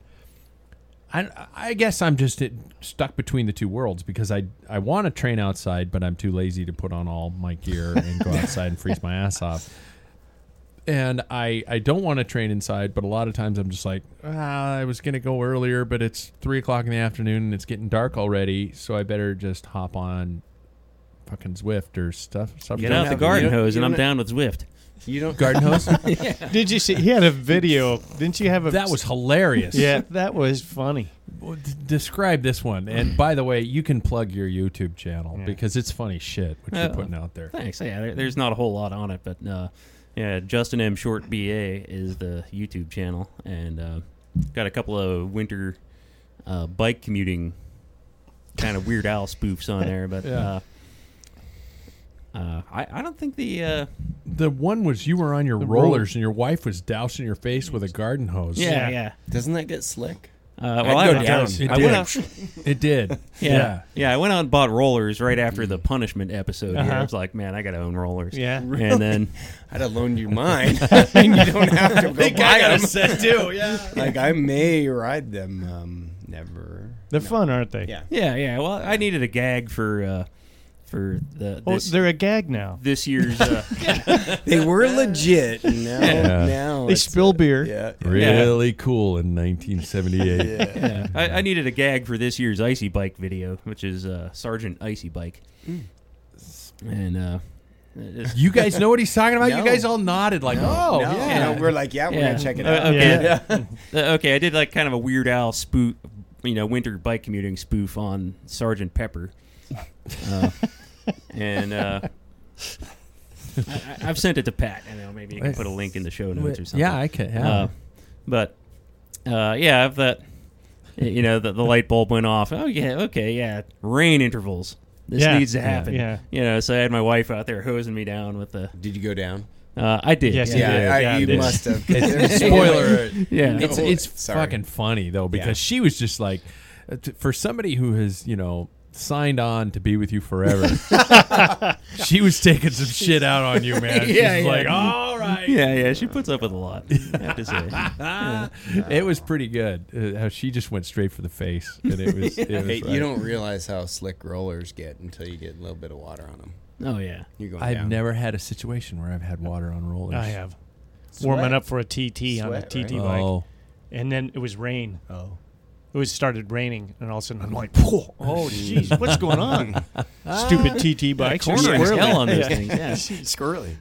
I, I guess I'm just it, stuck between the two worlds because I I want to train outside, but I'm too lazy to put on all my gear and go outside and freeze my ass off. And I I don't want to train inside, but a lot of times I'm just like ah, I was gonna go earlier, but it's three o'clock in the afternoon and it's getting dark already, so I better just hop on fucking Zwift or stuff stuff.
Get
like
out
that.
the garden
you don't-
hose,
you
and I'm
don't-
down with Zwift.
you don't
garden hose.
Did you see? He had a video. Didn't you have a?
that was hilarious.
Yeah. That was funny.
Well, d- describe this one. And by the way, you can plug your YouTube channel
Yeah.
because it's funny shit what you're
Oh.
putting out there.
Thanks. Yeah, there, there's not a whole lot on it, but uh, yeah, Justin M. Short BA is the YouTube channel, and uh, got a couple of winter uh, bike commuting kind of weird owl spoofs on there. But
Yeah.
uh, uh, I, I don't think the uh,
The one was you were on your rollers and your wife was dousing your face with a garden hose.
yeah yeah.
doesn't that get slick?
Uh, well,
I'd
I
go
I-
down.
I
It
went
did.
out-
It did.
Yeah. Yeah, I went out and bought rollers right after
Mm.
the punishment episode. Here.
Uh-huh.
I was like, man, I got to own rollers.
Yeah.
And then
I'd have loaned you mine, and you don't have to go buy them.
set too. Yeah.
Like I may ride them, um, never.
They're fun, aren't they?
Yeah.
Yeah, yeah. Well, I needed a gag for uh for the
Oh,
this,
they're a gag now.
this year's uh,
They were legit. and Now,
Yeah.
now
They
it's-
spill beer.
Yeah,
Really cool in 1978.
yeah. I, I needed a gag for this year's icy bike video, which is uh, Sergeant Icy Bike.
Mm.
And uh it's-
You guys know what he's talking about? You
No.
guys all nodded like, oh,
No,
yeah.
no, we're like, yeah, we're
Yeah.
gonna check it
Uh,
out.
okay.
Yeah.
Uh, okay, I did like kind of a weird owl spoof, you know, winter bike commuting spoof on Sergeant Pepper, uh, and uh, I, I- I've sent it to Pat. I know maybe you can put a link in the show notes or something.
Yeah, I can. Yeah.
Uh, but uh, yeah, if that you know the, the light bulb went off. Oh yeah, okay, yeah. Rain intervals. This
Yeah.
needs to
Yeah.
happen.
Yeah.
You know, so I had my wife out there hosing me down with the.
Did you go down?
Uh, I did.
Yes,
yeah.
you Yeah, did. I- Yeah, you
did.
must have.
It's- spoiler alert.
Yeah.
it's
No,
it's
sorry.
fucking funny though because she was just like, uh, t- for somebody who has you know signed on to be with you forever, she was taking some shit out on you, man.
Yeah,
She's
yeah.
like, "Oh." all right.
Yeah, yeah. She puts up with a lot. I have to say. Yeah.
It was pretty good. Uh, how she just went straight for the face, and it was. it was
Hey,
right.
you don't realize how slick rollers get until you get a little bit of water on them.
Oh yeah.
You're going
I've
down.
never had a situation where I've had water on rollers.
I have warming up for a TT on
Sweat,
a TT
right?
bike,
Oh,
and then it was rain.
Oh.
It was started raining, and all of a sudden I'm like, "Whoa, "Oh, jeez, what's going on?"
Ah.
Stupid TT bikes. are
Cornering
squirrely.
hell on these
Yeah.
things. Yeah.
Squirrely.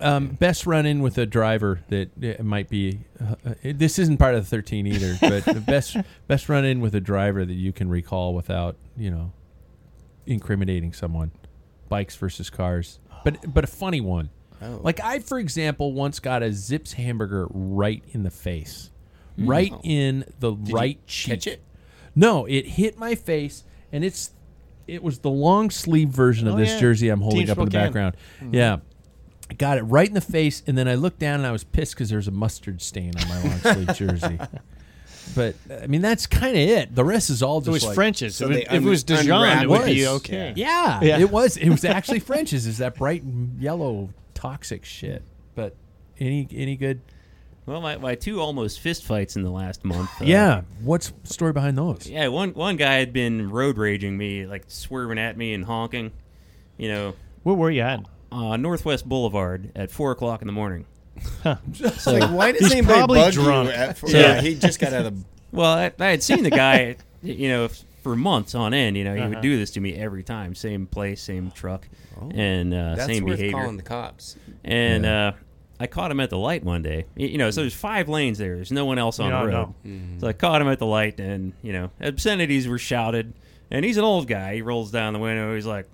um, best run in with a driver that uh, might be. Uh, uh, this isn't part of the thirteen either, but the best best run in with a driver that you can recall without you know incriminating someone. Bikes versus cars, but but a funny one.
Oh.
Like I, for example, once got a Zips hamburger right in the face,
Hmm.
right
Oh.
in the right cheek.
catch it?
No, it hit my face, and it's it was the long sleeve version of
Oh,
this
yeah.
jersey I'm holding
Team
up in the
Spokane. Mm-hmm.
background. Yeah. I got it right in the face, and then I looked down and I was pissed because there was a mustard stain on my long sleeve jersey. But I mean, that's kind of it. The rest is all just
It was
like-
French's.
So
if,
they
it, if it was
un-
Dijon, it
unwrapped
would be
it.
okay.
Yeah,
Yeah.
it was. It was actually French's. Is that bright yellow toxic shit? But any any good?
Well, my, my two almost fist fights in the last month. uh,
yeah. What's the story behind those?
Yeah, one one guy had been road raging me, like swerving at me and honking, you know,
Where were you at?
uh, Northwest Boulevard at four o'clock in the morning.
It's like, why does anybody
probably
bug
drunk.
you? At four?
So-
yeah, he just got out of the
Well, I, I had seen the guy, you know, f- for months on end. You know, he
Uh-huh.
would do this to me every time, same place, same truck, and uh,
Oh, That's
same
worth
behavior.
calling the cops.
And uh, I caught him at the light one day. Y- You know, so there's five lanes there. There's no one else on
Yeah, I
the road.
know.
Mm-hmm.
So I caught him at the light, and you know, obscenities were shouted. And he's an old guy. He rolls down the window. He's like,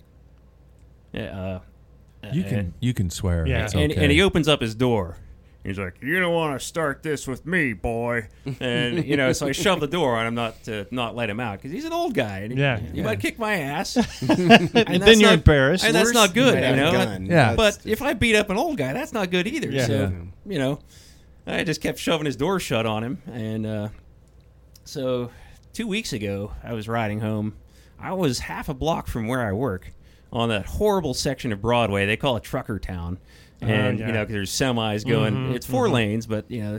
yeah, uh,
You
uh,
can you can swear.
Yeah.
It's
and,
okay.
and he opens up his door. He's like, "You don't want to start this with me, boy." And you know, so I shove the door on him not to not let him out because he's an old guy. And he-
Yeah.
he might kick my ass. and
And
that's
then you're
not-
embarrassed.
and that's
Worse,
not good.
might
You
have a
know,
gun.
Yeah.
but if I beat up an old guy, that's not good either.
Yeah.
So,
Yeah.
you know, I just kept shoving his door shut on him. And uh, so two weeks ago, I was riding home. I was half a block from where I work on that horrible section of Broadway. They call it Trucker Town. And,
Oh, yeah. Mm-hmm.
you know, 'cause there's semis going. it's 4 lanes, but, you know,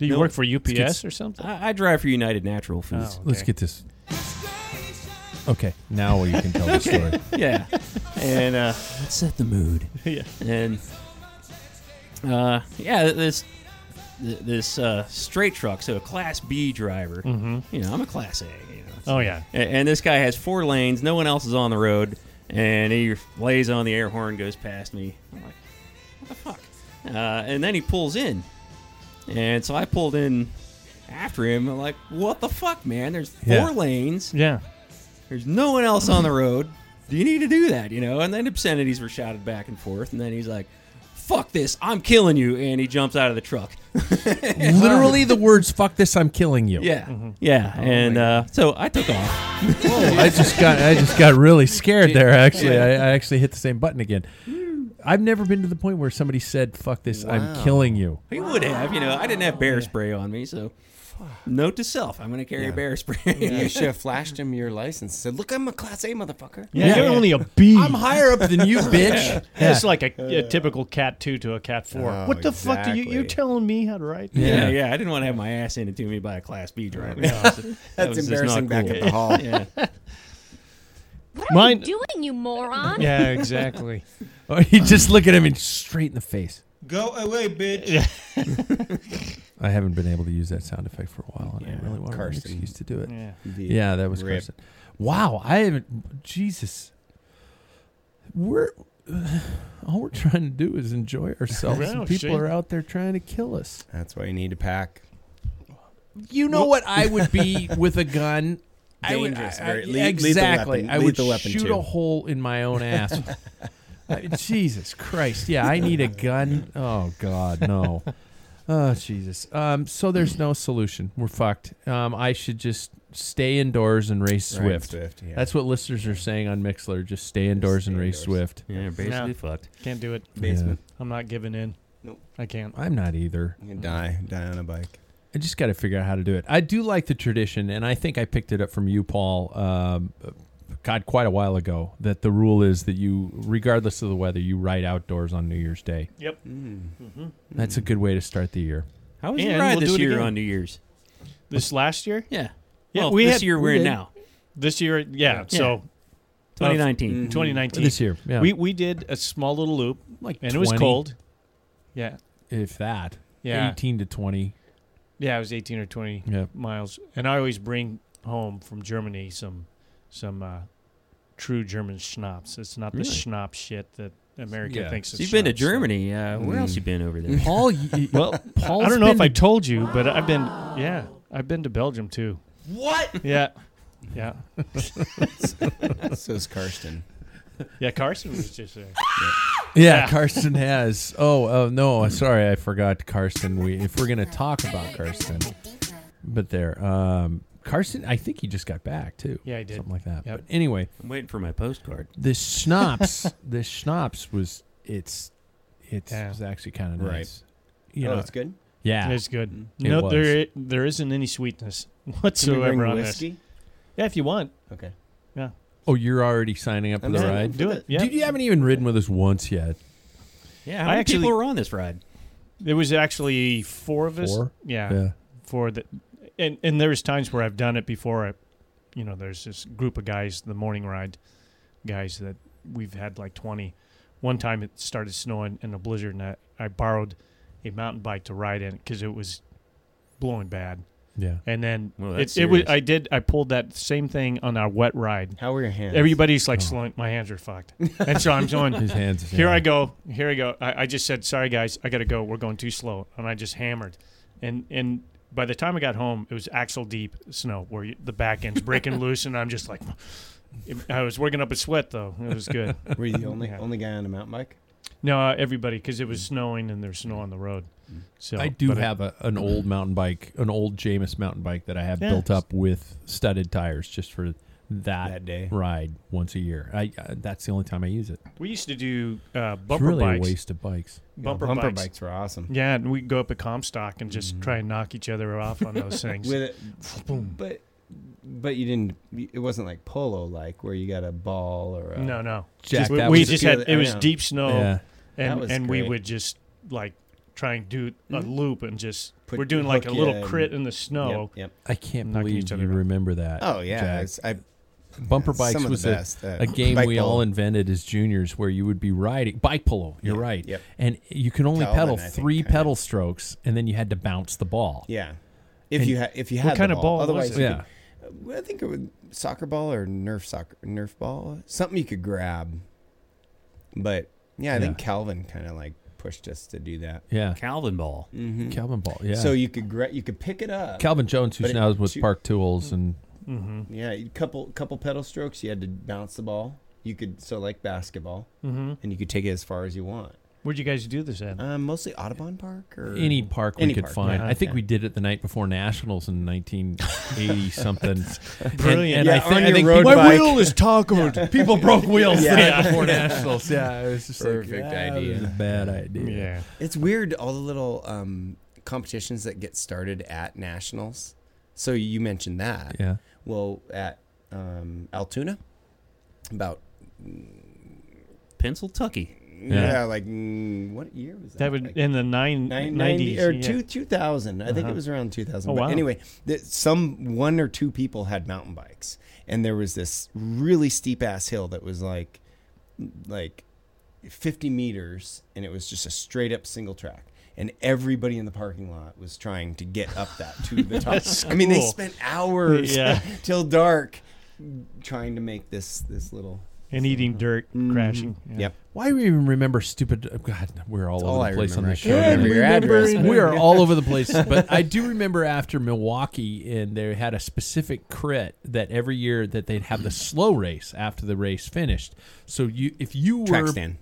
Do you
No,
work for Oh,
it's-
UPS or something?
I, I drive for United Natural Foods.
Let's get this. Okay, now you can tell the story.
yeah. And uh, let's set the mood.
Yeah.
And uh, yeah, this th- this uh, straight truck, so a Class B driver. Mm-hmm. You know, I'm a Class A. You know,
Oh yeah.
A- and, this guy has four lanes. No one else is on the road, and he lays on the air horn, goes past me. I'm like, what the fuck? Uh, and then he pulls in, and so I pulled in after him. I'm like, what the fuck, man? There's four
Yeah.
lanes.
Yeah.
There's no one else on the road. Do you need to do that? You know? And then obscenities were shouted back and forth. And then he's like, fuck this. I'm killing you. And he jumps out of the truck.
Literally the words "fuck this," I'm killing you.
Yeah.
Mm-hmm.
Yeah.
Oh
and uh, so I took off.
I just got I just got really scared there. Actually, I, I actually hit the same button again. I've never been to the point where somebody said "fuck this," I'm killing you.
He would have, you know, I didn't have bear spray on me. So note to self, I'm going to carry bear spray.
You should have flashed him your license. and Said, "Look, I'm a class A motherfucker."
Yeah. You're only a B.
I'm higher up than you, bitch.
It's like a, a typical cat two to a cat four.
Oh,
what the fuck? Do you, you're
exactly.
telling me how to write?
yeah. yeah. I didn't want to have my ass handed to me by a class B driver. That was
Oh, That's
just not
embarrassing. Back
cool.
at the hall.
What
Mine-
are you doing, you moron?
Yeah, exactly.
Or Oh, you just look at him and straight in the face.
Go away, bitch.
I haven't been able to use that sound effect for a while, and I really wanted an
Carson.
excuse to do it.
Yeah.
Yeah, that was
Rip.
Carson. Wow, I haven't. Jesus, we're all we're trying to do is enjoy ourselves.
Yeah,
and people
see?
are out there trying to kill us.
That's why you need to pack.
You know what I would be with a gun.
Dangerous,
I would, I-
very
I-
le- lethal
exactly.
weapon-
I would
lethal weapon,
shoot
too.
a hole in my own ass. I- Jesus Christ! Yeah, I need a gun. Oh God, no. Oh Jesus. Um, so there's no solution. We're fucked. Um, I should just stay indoors and race
Ride
Swift.
Swift, yeah.
That's what listeners are saying on Mixler. Just stay indoors and race Swift.
Yeah, basically
No.
fucked.
Can't do it.
Basement.
I'm not giving in.
Nope.
I can't.
I'm not either.
I'm gonna die, die on a bike.
I just got to figure out how to do it. I do like the tradition, and I think I picked it up from you, Paul. Um, God, quite a while ago. That the rule is that you, regardless of the weather, you ride outdoors on New Year's Day.
Yep. Mm.
That's a good way to start the year.
How was
And
your ride
we'll do
this
it
year
again.
on New Year's?
This last year?
Yeah.
Yeah,
well,
we
this
had-
year we're
we
in
did.
now,
This year, yeah.
uh,
So uh,
mm,
2019.
2019.
This year, yeah.
We we did a small little loop,
Like
and it was
20.
cold. Yeah,
If that,
Yeah.
eighteen to twenty.
yeah. It was 18 or 20
Yeah.
miles, and I always bring home from Germany some some uh, true German schnapps. It's not
Really?
the schnapp shit that America
Yeah.
thinks.
So
of
you've been to
schnapps, so-
Germany. Uh, where
Mm.
else you been over there?
Paul, y-
Well,
Paul's
I don't know if
been
I
to-
told you, but I've been yeah, I've been to Belgium too. What? Yeah, yeah,
So is Karsten.
yeah. Carson was just there.
Yeah,
Yeah.
Karsten has. Oh, oh no, sorry, I forgot Karsten. We if we're gonna talk about Karsten, but there, um, Karsten, I think he just got back too.
Yeah, he did.
something like that.
Yep.
But anyway,
I'm waiting for my postcard.
the schnapps, the schnapps was it's it's
Yeah.
was actually kind of
Right.
nice. You
oh,
know,
it's good.
yeah,
It's good.
It
no,
was.
there i- there isn't any sweetness
Can we bring
whatsoever on this.
whiskey?
Yeah, if you want,
Okay.
Oh, you're already signing up for
I'm
the
signing
ride.
up.
do it. Yeah,
Dude, you haven't even ridden with us once yet.
I
Yeah, how many
actually-
people were on this ride?
there was actually four of us.
Four?
Yeah,
Yeah.
four that, and and there's times where I've done it before. I, you know, there's this group of guys, the morning ride guys that we've had like 20. One time it started snowing in a blizzard, and I, I borrowed a mountain bike to ride in because it was blowing bad.
Yeah.
And then
Well,
it,
that's
it was
serious.
I did I pulled that same thing on our wet ride.
How were your hands?
Everybody's like, slowing, my hands are fucked. And so I'm going,
Oh. His hands.
here I go, here I go. I, I just said, sorry guys, I got to go. We're going too slow. And I just hammered. And and by the time I got home, it was axle deep snow where you, the back end's breaking loose. And I'm just like, I was working up a sweat though. It was good.
Were you the only
Yeah.
only guy on a mountain bike?
No, uh, everybody, because it was snowing and there's snow on the road. So
I do
but it-
have a, an old mountain bike, an old Jameis mountain bike that I have
Yeah.
built up with studded tires just for that,
That day.
ride once a year. I uh, that's the only time I use it.
we used to do uh,
It's
bumper
really
bikes.
a waste of bikes.
Bumper,
bumper
bikes.
bikes were awesome.
Yeah, and we go up at Comstock and
Mm.
just try and knock each other off on those things.
With it, but but you didn't. It wasn't like polo, like where you got a ball or a,
no, no.
Jack,
we
that
we
was-
just
Yeah,
had
that-
it was
yeah.
deep snow,
Yeah.
and
That was
and we
great. Mm-hmm.
would just like try and do a loop and just
Put-
we're doing like a
hook
little
ya
crit
and-
in the snow.
Yep. yep.
I can't
Knocking
believe
each
you
other around.
remember that.
Oh yeah,
Jack.
it's- I
Bumper
some
bikes
of the
was
best,
a,
uh,
a game
bike
we
polo.
all invented as juniors where you would be riding bike polo. You're
Yeah,
right.
yep.
And you can only
Towel and
pedal
I think
three
kinda-
pedal strokes, and then you had to bounce the ball.
yeah. If
And
you had if you
what
had
kind
the
of
ball,
ball was
otherwise
it?
you
Yeah.
could- I think it would soccer ball or Nerf soccer Nerf ball, something you could grab. But yeah, I think
Yeah.
Calvin kind of like pushed us to do that.
Yeah.
Calvin Ball.
Calvin Ball. Yeah.
So you could gra- you could pick it up.
Calvin Jones, who's
But it-
now with
two-
Park Tools, and
Yeah, a couple couple pedal strokes. You had to bounce the ball. You could so like basketball, mm-hmm. and you could take it as far as you want.
Where'd you guys do this at?
Um, mostly Audubon Park or
any park we
Mm. Any
could
park,
find.
yeah.
I think
Yeah.
we did it the night before nationals in 1980 something.
Brilliant.
And, and
Yeah,
I think,
on
I
your
think
road
people,
bike. My wheel
is toggled. people broke wheels the
Yeah.
night before nationals. Yeah, it was just like,
Perfect
"Ah,
idea."
That was a bad idea.
Yeah,
It's weird all the little um, competitions that get started at nationals. So you mentioned that.
Yeah.
Well, at um, Altoona, about
Pennsyltucky.
yeah, like mm, what year was that?
that would
Like,
in the nine
Nine-
90s,
90 or
yeah.
two, 2000. I think
Uh-huh.
it was around 2000.
Oh,
but
wow.
anyway, th- some one or two people had mountain bikes, and there was this really steep ass hill that was like, like 50 meters, and it was just a straight up single track. And everybody in the parking lot was trying to get up that to the top. I mean, they
cool.
spent hours
Yeah.
till dark trying to make this this little.
and eating dirt, crashing. Yeah.
Mm-hmm. Yep.
Why do we even remember stupid? oh, God, we're all over
all
the
I
place on
remember.
this
I
show.
can't
tonight.
remember your address, but-
we are all over the place. But I do remember after Milwaukee, and they had a specific crit that every year that they'd have the slow race after the race finished. So you, if you were
track stand.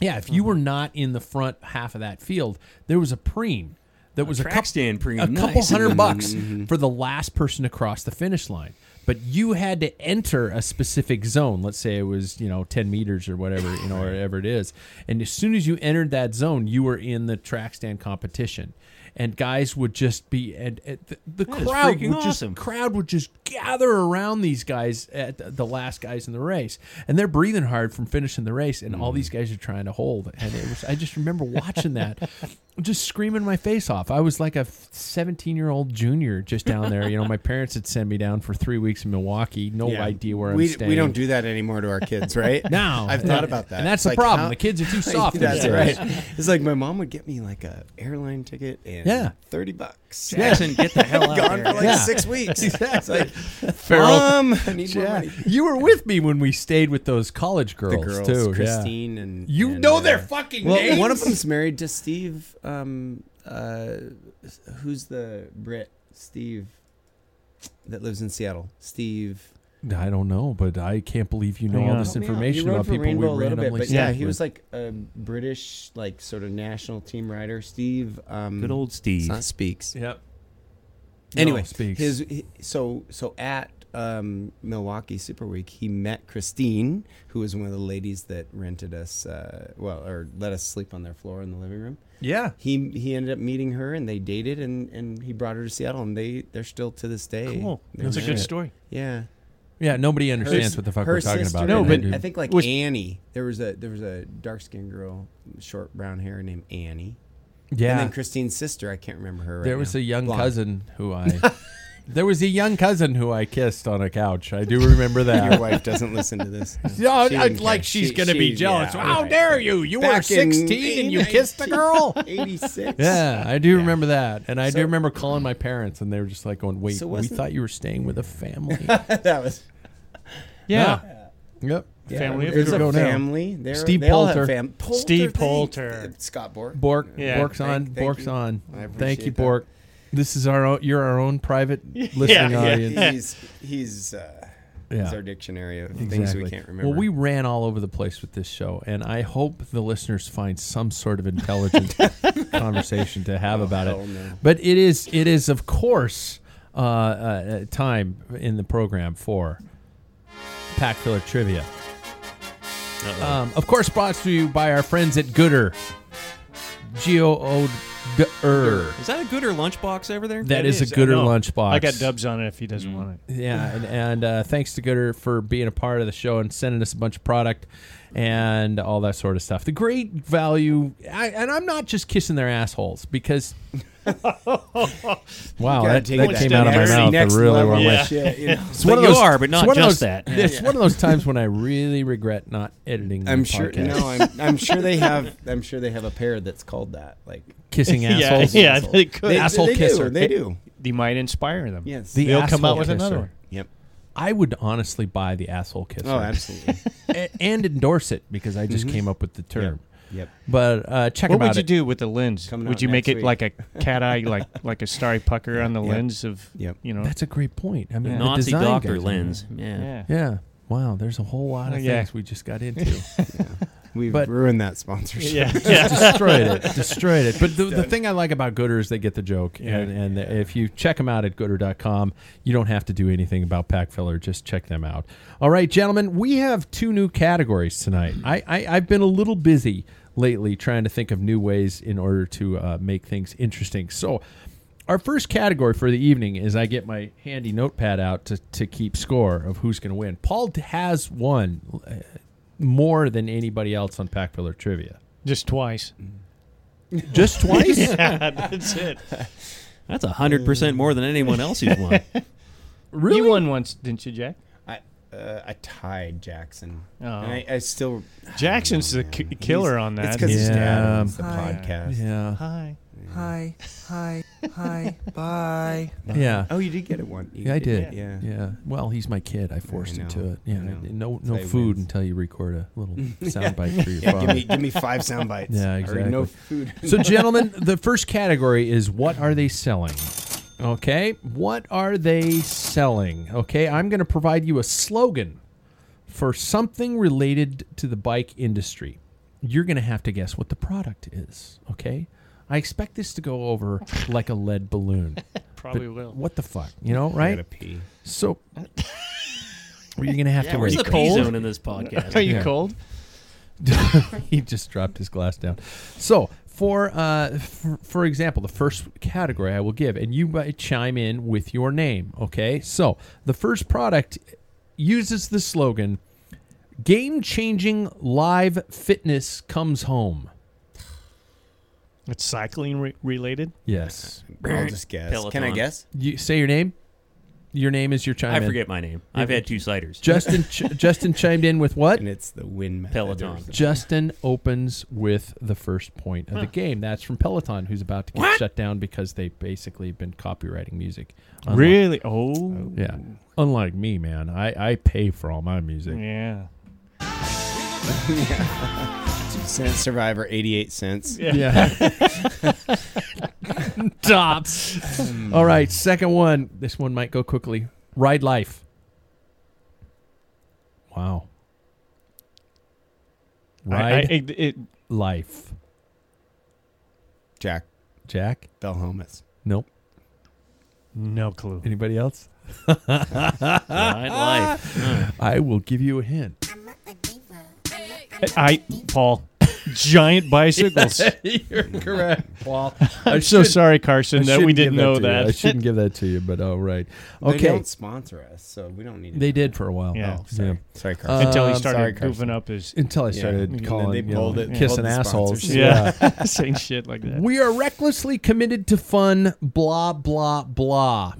Yeah, if you were not in the front half of that field, there was a preem that was a,
track
coup-
stand
a
premium,
couple
nice.
hundred bucks
Mhm.
for the last person to cross the finish line. But you had to enter a specific zone. Let's say it was you know ten meters or whatever you know whatever it is. And as soon as you entered that zone, you were in the track stand competition. And guys would just be and, and the, the
That is
crowd
freaking
would just
awesome.
crowd would just gather around these guys at the- the last guys in the race, and they're breathing hard from finishing the race, and
Mm.
all these guys are trying to hold. And it was I just remember watching that, just screaming my face off. I was like a seventeen year old junior just down there. You know, my parents had sent me down for three weeks in Milwaukee. No
Yeah.
idea where
we,
I'm staying.
We don't do that anymore to our kids, right?
No.
I've thought about that.
And that's
It's
the problem.
how-
The kids are too soft
that's
these
right.
days.
It's like my mom would get me like a airline ticket and
Yeah.
thirty bucks.
Jackson,
Yeah.
get the hell out
Gone
there.
for like
Yeah.
six weeks. It's
Exactly.
like,
Feral-
Mom, I need more
Yeah.
money.
You were with me when we stayed with those college girls,
The girls,
too. yeah.
Christine and
You
and,
know
uh,
their fucking
well, one of
names?
them's married to Steve. Um, uh, who's the Brit? Steve that lives in Seattle. Steve.
I don't know, but I can't believe you know
Hang
all
on.
this
Help me out.
information
He rode
about
for
people
Rainbow a
we
little bit,
randomly
but
stayed
yeah, he
with.
was like a British, like sort of national team rider. Steve, um,
Good old Steve.
it's not speaks.
Yep.
Anyway,
No, speaks.
his he- so so at um, Milwaukee Super Week, he met Christine, who was one of the ladies that rented us, uh, well, or let us sleep on their floor in the living room.
yeah.
He he ended up meeting her, and they dated, and and he brought her to Seattle, and they they're still to this day.
Cool.
They're
That's a good
married.
story.
Yeah.
Yeah, nobody understands
s-
what the fuck
her
we're talking
sister-
about.
No,
right
but
now, dude.
I think like
Was-
Annie. There was a there was a dark skinned girl, short brown hair named Annie.
yeah,
And then Christine's sister, I can't remember her. Right
there was
now.
a young
Blonde.
cousin who I. there was a young cousin who I kissed on a couch. I do remember that.
Your wife doesn't listen to this.
Yeah,
She
I-
didn't
like
care.
she's
She-
gonna be
she-
jealous.
yeah,
How
right.
dare you? You were
Back in
16 and you kissed a girl?
86.
Yeah, I do
Yeah.
remember that, and I do
So-
remember calling my parents, and they were just like going, "Wait,
So
we
wasn't-
thought you were staying with a family."
that was
Yeah.
yep.
yeah,
Family of
There's a
girls. Go now.
family. They're,
Steve
they all have
Poulter.
fam- Poulter.
Steve
thank-
Poulter.
Scott Bork.
Bork,
Yeah.
Bork's on,
Thank- thank
Bork's
you.
on.
I appreciate
Thank you,
that.
Bork. This is our own. You're our own private listening
yeah.
audience.
He's he's uh,
Yeah.
he's our dictionary of things we can't remember.
Well, we ran all over the place with this show, and I hope the listeners find some sort of intelligent conversation to have about
hell
it.
Oh, no.
But it is, it is, of course, uh, uh, time in the program for pack filler trivia. Um, of course, brought to you by our friends at Gooder. G O O D E R.
Is that a gooder lunchbox over there?
That is a Gooder
No,
Oh, lunchbox.
I got dubs on it if he doesn't
Mm-hmm.
want it.
Yeah, and, and uh, thanks to Gooder for being a part of the show and sending us a bunch of product and all that sort of stuff. The great value, I, and I'm not just kissing their assholes because. wow,
Gotta
Oh, that,
take
that
that
came
to
out of my
next-
mouth.
next
I really
level.
went
Yeah.
left.
Shit, you know.
It's one of
But you
those,
are, but
it's
not
one of
just
those-
that.
It's one of those times when I really regret not editing.
I'm
the
sure.
podcast.
No, I'm, I'm sure they have. I'm sure they have a pair that's called that. Like
kissing
Yeah,
assholes.
yeah, they could.
they,
Asshole
they
kisser.
Do, they do.
They might inspire them.
Yes.
The
They'll come
asshole
out with another
kisser.
one.
yep.
I would honestly buy the asshole kisser.
Oh, absolutely.
a- and endorse it because I
Mm-hmm.
just came up with the term.
yep.
But uh, check
What
about
would you
it.
do with the lens?
Coming
would
out
you make it
next week.
like a cat eye, like like a starry pucker on the
Yep.
lens of
Yep.
you know?
That's a great point. I mean, the
Nazi
design
doctor
guys-
lens. Yeah.
yeah.
Yeah. Wow. There's a whole lot
Oh,
of
yeah.
things we just got into.
We've
But-
ruined that sponsorship.
Yeah.
destroyed it. Destroyed it. But the, the thing I like about Gooder is they get the joke.
Yeah.
And, and if you check them out at Gooder.com, you don't have to do anything about pack filler. Just check them out. All right, gentlemen, we have two new categories tonight. I, I, I've been a little busy lately trying to think of new ways in order to uh, make things interesting. So our first category for the evening is I get my handy notepad out to, to keep score of who's going to win. Paul has won uh, more than anybody else on Pack Filler Trivia.
Just twice.
Just twice?
That's it.
That's hundred percent more than anyone else who's won.
Really?
You won once, didn't you, Jack?
I, uh, I tied Jackson.
Oh.
And I, I still.
Jackson's the ki- killer
He's-
on
It's
that.
because his dad
Yeah.
owns the
Hi.
podcast.
yeah.
Hi.
Hi, hi, hi, bye.
Yeah.
Oh, you did get it one. You
Yeah, I did.
Yeah.
Yeah. Well, he's my kid. I forced
I
him
know.
to it. Yeah.
I know.
No
That's
no
how he
food
wins.
until you record a little soundbite for your
Yeah,
father.
give me give me five sound bites.
Yeah,
Or
exactly.
No food.
so gentlemen, the first category is what are they selling? Okay? What are they selling? Okay? I'm going to provide you a slogan for something related to the bike industry. You're going to have to guess what the product is, okay? I expect this to go over like a lead balloon.
Probably
But
will.
What the fuck? You know, right?
gotta pee.
So, are you gonna have to
Yeah, where's
wait?
the pee Cold? zone in this podcast? Are you cold?
he just dropped his glass down. So, for uh, for, for example, the first category I will give, and you might chime in with your name. Okay, so the first product uses the slogan "Game-changing live fitness comes home."
It's cycling re- related.
Yes.
I'll just guess. Can I
Peloton.
guess?
You say your name. Your name is your chime.
I
in.
forget my name. I've had two ciders.
Justin. ch- Justin chimed in with what?
And it's the win method.
Peloton.
Justin opens with the first point of the game. That's from Peloton, who's about to get shut down because they basically have been copywriting music. Unlike-
Really? Oh,
Yeah. Mm. Unlike me, man, I, I pay for all my music.
yeah.
Since Survivor, 88 cents.
Yeah.
Tops.
all right. Second one. This one might go quickly. Ride life. Wow.
I, I,
Ride
it, it,
life.
Jack
Jack.
Belhomas.
Nope.
no clue.
Anybody else?
Right life.
I will give you a hint.
I, Paul, giant bicycles.
You're correct, Paul.
I'm so sorry, Carson, that we didn't know that.
I shouldn't give that to you, but all right.
They
Okay,
don't sponsor us, so we don't need it.
they did for a while.
Yeah.
Oh,
Sorry, sorry Carl.
Until he
Um,
sorry,
started
Carson.
goofing up his
Until I
Yeah.
started
And then
calling,
they
you
pulled
know,
it-
kissing
pulled the
assholes.
sponsorship.
yeah, saying shit like that.
we are recklessly committed to fun. Blah blah blah.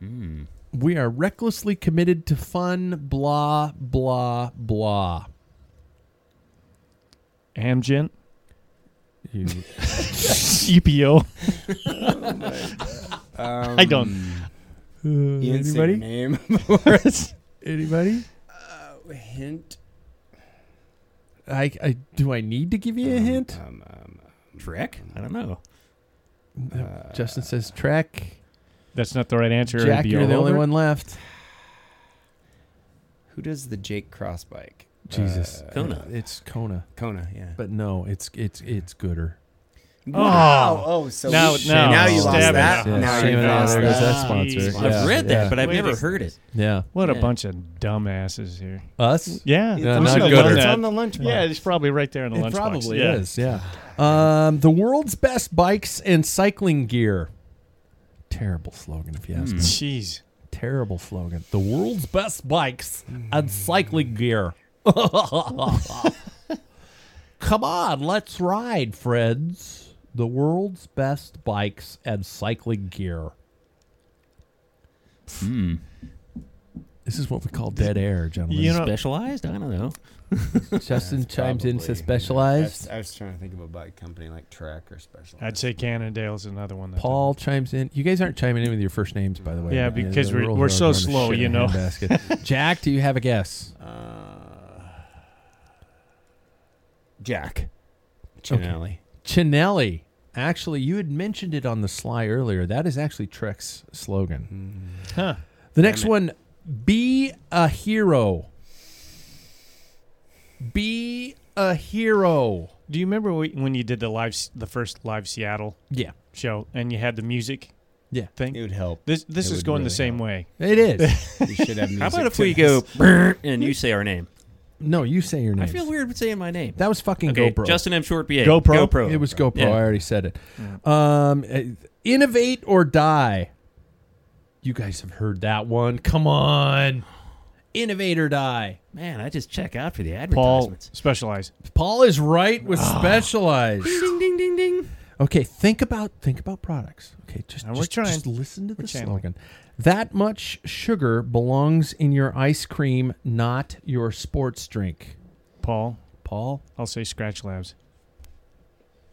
Hmm.
We are recklessly committed to fun. Blah blah blah.
Amgen, E
You,
EPO. I don't.
Ian, say your
anybody?
name for us.
Anybody?
Hint.
I, I do. I need to give you a hint.
Um, um,
Trek? I don't know.
uh,
Justin says track.
That's not the right answer. It'd
Jack,
be
you're
all
the only
over.
one left.
who does the Jake Cross bike?
Jesus,
Uh,
Kona.
It's Kona,
Kona, yeah.
but no, it's it's it's gooder.
wow. Oh, so
Now-
we-
now-
now you lost
Stab it.
that.
Yeah,
now
stab
you
it.
lost
there
that.
goes that
Ah,
sponsor.
geez.
Yeah,
I've read
yeah,
that, but I've
Wait
never
a-
heard it.
yeah,
What a
Yeah.
bunch of dumbasses here.
us.
Yeah,
Yeah,
we
not
should've
good.
done
It's
that.
on the lunch
Yeah,
box.
it's probably right there in the
It
lunch
probably
box.
is. Yeah. Um, the world's best bikes and cycling gear. Terrible slogan, if you ask
Yeah.
me.
Jeez.
Terrible slogan. The world's best bikes and cycling gear. Come on, let's ride, friends. The world's best bikes and cycling gear. Hmm. This is what we call dead air, gentlemen.
You know,
Specialized? I don't know.
Justin chimes in, says
probably-
specialized.
That's- I was trying to think of a bike company like Trek or Special.
I'd say Cannondale's another one. That
Paul chimes in. You guys aren't chiming in with your first names, by the way.
Yeah, because we're-
rules
we're
are
so
going to
slow,
shit
you
in a
know.
handbasket. Jack, do you have a guess?
Jack. Chinelli.
Chinelli. Actually, you had mentioned it on the sly earlier. That is actually Trek's slogan.
Huh.
The next one be a hero. Be a hero.
Do you remember we- when you did the live, s- the first live Seattle
Yeah.
show, and you had the music?
Yeah.
It
Thing.
would help.
This this
It
is
would
going the
really
same way.
It is.
help. We should have
How
music
about if
to
we
this.
go "Brr," and you say our name?
no, you say your name.
I feel weird saying my name.
That was fucking
okay,
GoPro.
Justin M. Short PA.
GoPro?
GoPro.
It was GoPro.
Yeah.
I already said it. Um, uh, innovate or die. You guys have heard that one. Come on. Innovate or die.
Man, I just check out for the
Paul
advertisements.
specialized.
Paul is right with specialized.
Ah. Ding ding ding ding.
Okay, think about think about products. Okay, just
And we're
just,
trying.
just listen to
We're
the
channeling.
slogan. That much sugar belongs in your ice cream, not your sports drink.
Paul.
Paul
I'll say Scratch Labs.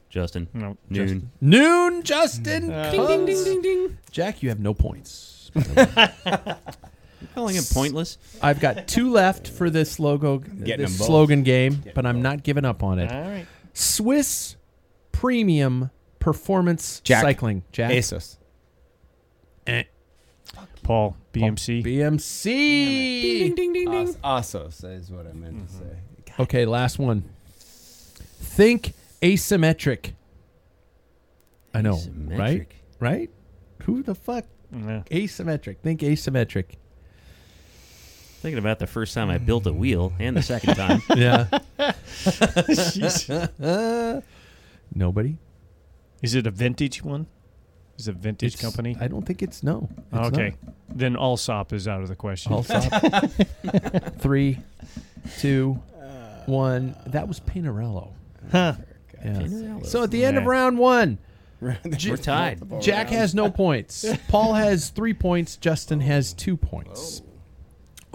Justin.
Hmm.
No,
Noon.
Noon, Justin.
Ding ding
Coons.
ding ding ding.
Jack, you have no points.
Calling him pointless.
I've got two left for this logo, this
them both.
slogan game, but I'm not giving up on it.
All right.
Swiss premium performance
Jack.
cycling. Jack.
ASOS.
Paul BMC.
BMC.
Ding ding ding. Mm-hmm.
Asos is what I meant to say.
Okay, last one. Think Asymmetric. I know, right? Right? Who the fuck? Asymmetric. Think asymmetric.
Thinking about the first time I built a wheel and the second time.
Yeah.
Jeez.
Nobody.
Is it a vintage one? Is it a vintage
It's-
company?
I don't think it's no. It's not.
okay, then Allsop is out of the question.
Allsop. Three, two, one. That was Pinarello.
Huh.
Yeah.
Pinarello.
So at the end of
Yeah.
round one,
We're tied.
Jack has no points. Paul has three points. Justin has two points. Oh.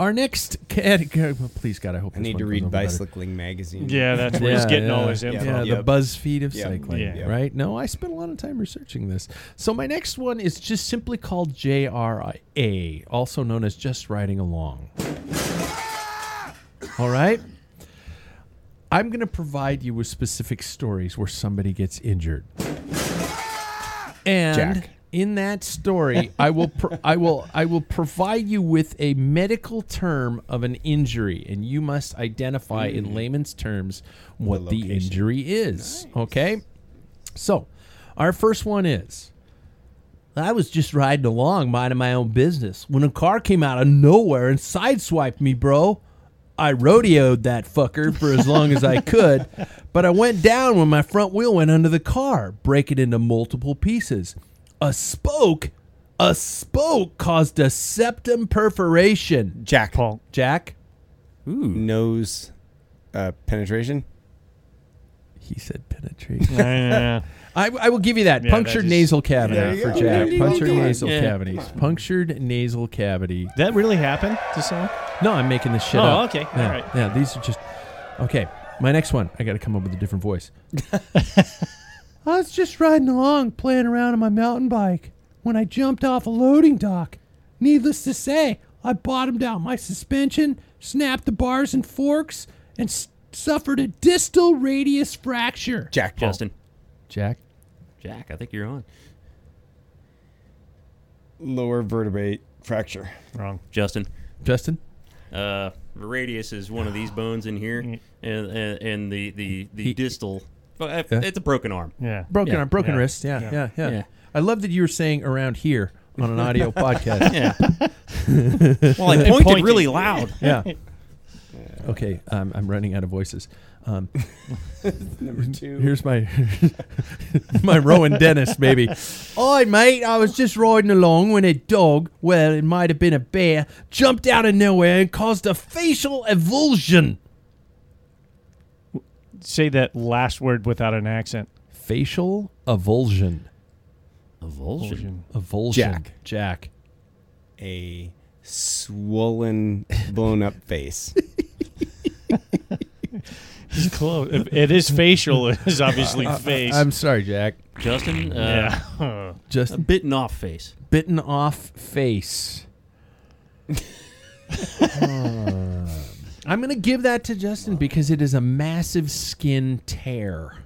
Our next category. Please, God, I hope
I
this
need
one
to
goes
read
over better.
Bicycling magazine.
Yeah, that's where he's
Yeah,
getting all
yeah.
his info.
Yeah,
Yep.
the BuzzFeed of
Yep.
cycling,
Yeah.
right? No, I spent a lot of time researching this. So my next one is just simply called JRA, also known as just riding along. All right. I'm going to provide you with specific stories where somebody gets injured. And
Jack.
in that story, I will pr- I will I will provide you with a medical term of an injury and you must identify in layman's terms what the,
Mm. location.
injury is, okay? So, our first one is I was just riding along minding my own business when a car came out of nowhere and sideswiped me, bro. I rodeoed that fucker for as long as I could, but I went down when my front wheel went under the car, breaking into multiple pieces. A spoke, a spoke caused a septum perforation.
Jack.
Paul.
Jack,
Ooh.
Nose uh, penetration.
he said penetration.
Yeah, yeah, yeah.
I, I will give you that
Yeah, that
punctured
just-
nasal cavity
There you
for
go.
Jack.
Ding, ding,
Punctured
ding, ding.
nasal
Yeah.
cavities. Punctured nasal cavity.
That really happened to someone?
No, I'm making this shit
Oh,
up.
okay.
Yeah,
All right.
Yeah, these are just. Okay, my next one. I got to come up with a different voice. I was just riding along, playing around on my mountain bike, when I jumped off a loading dock. Needless to say, I bottomed out my suspension, snapped the bars and forks, and s- suffered a distal radius fracture.
Jack.
Justin.
Jack?
Jack, I think you're on.
Lower vertebrate fracture.
Wrong.
Justin.
Justin?
Uh, radius is one of these bones in here, and and, and the the the
He-
distal. Well, uh, It's a broken arm.
Yeah.
Broken
Yeah.
arm, broken
Yeah.
wrist. Yeah, yeah,
Yeah.
yeah,
Yeah.
I love that you were saying around here on an audio podcast.
Yeah. well, I pointed,
pointed.
really loud.
Yeah. Okay, um, I'm running out of voices. Um,
Number two.
here's my my Rowan Dennis, baby. Oi, mate, I was just riding along when a dog, well, it might have been a bear, jumped out of nowhere and caused a facial avulsion.
Say that last word without an accent.
Facial avulsion.
Avulsion.
Avulsion.
Jack.
Jack.
a swollen, blown up face.
It's close. If it is facial. It is obviously
Uh,
face.
I'm sorry, Jack.
Justin. Uh,
yeah. Huh.
Just
A bitten off face.
bitten off face. Um, I'm going to give that to Justin because it is a massive skin tear.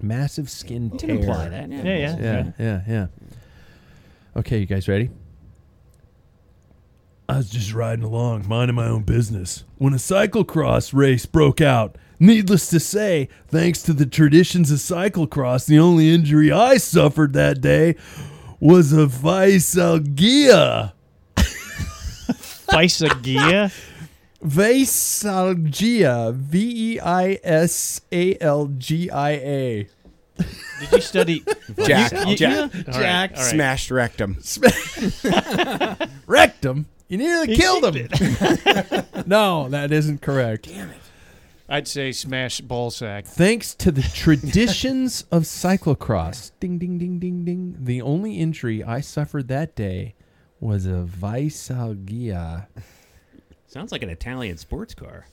Massive skin tear.
Imply that. Yeah.
Yeah, yeah.
Yeah, yeah, yeah. Okay, you guys ready? I was just riding along, minding my own business, when a cyclocross race broke out. Needless to say, thanks to the traditions of cyclocross, the only injury I suffered that day was a visalgia.
Visagia?
Visalgia, V E I S A L G I A.
Did you study?
Jack.
You-
Jack.
you-
Jack.
all right.
Smashed rectum.
wrecked him. You nearly killed him. no, that isn't correct.
I'd say smash ball sack.
Thanks to the traditions of cyclocross, ding, ding, ding, ding, ding, the only injury I suffered that day was a visalgia.
Sounds like an Italian sports car.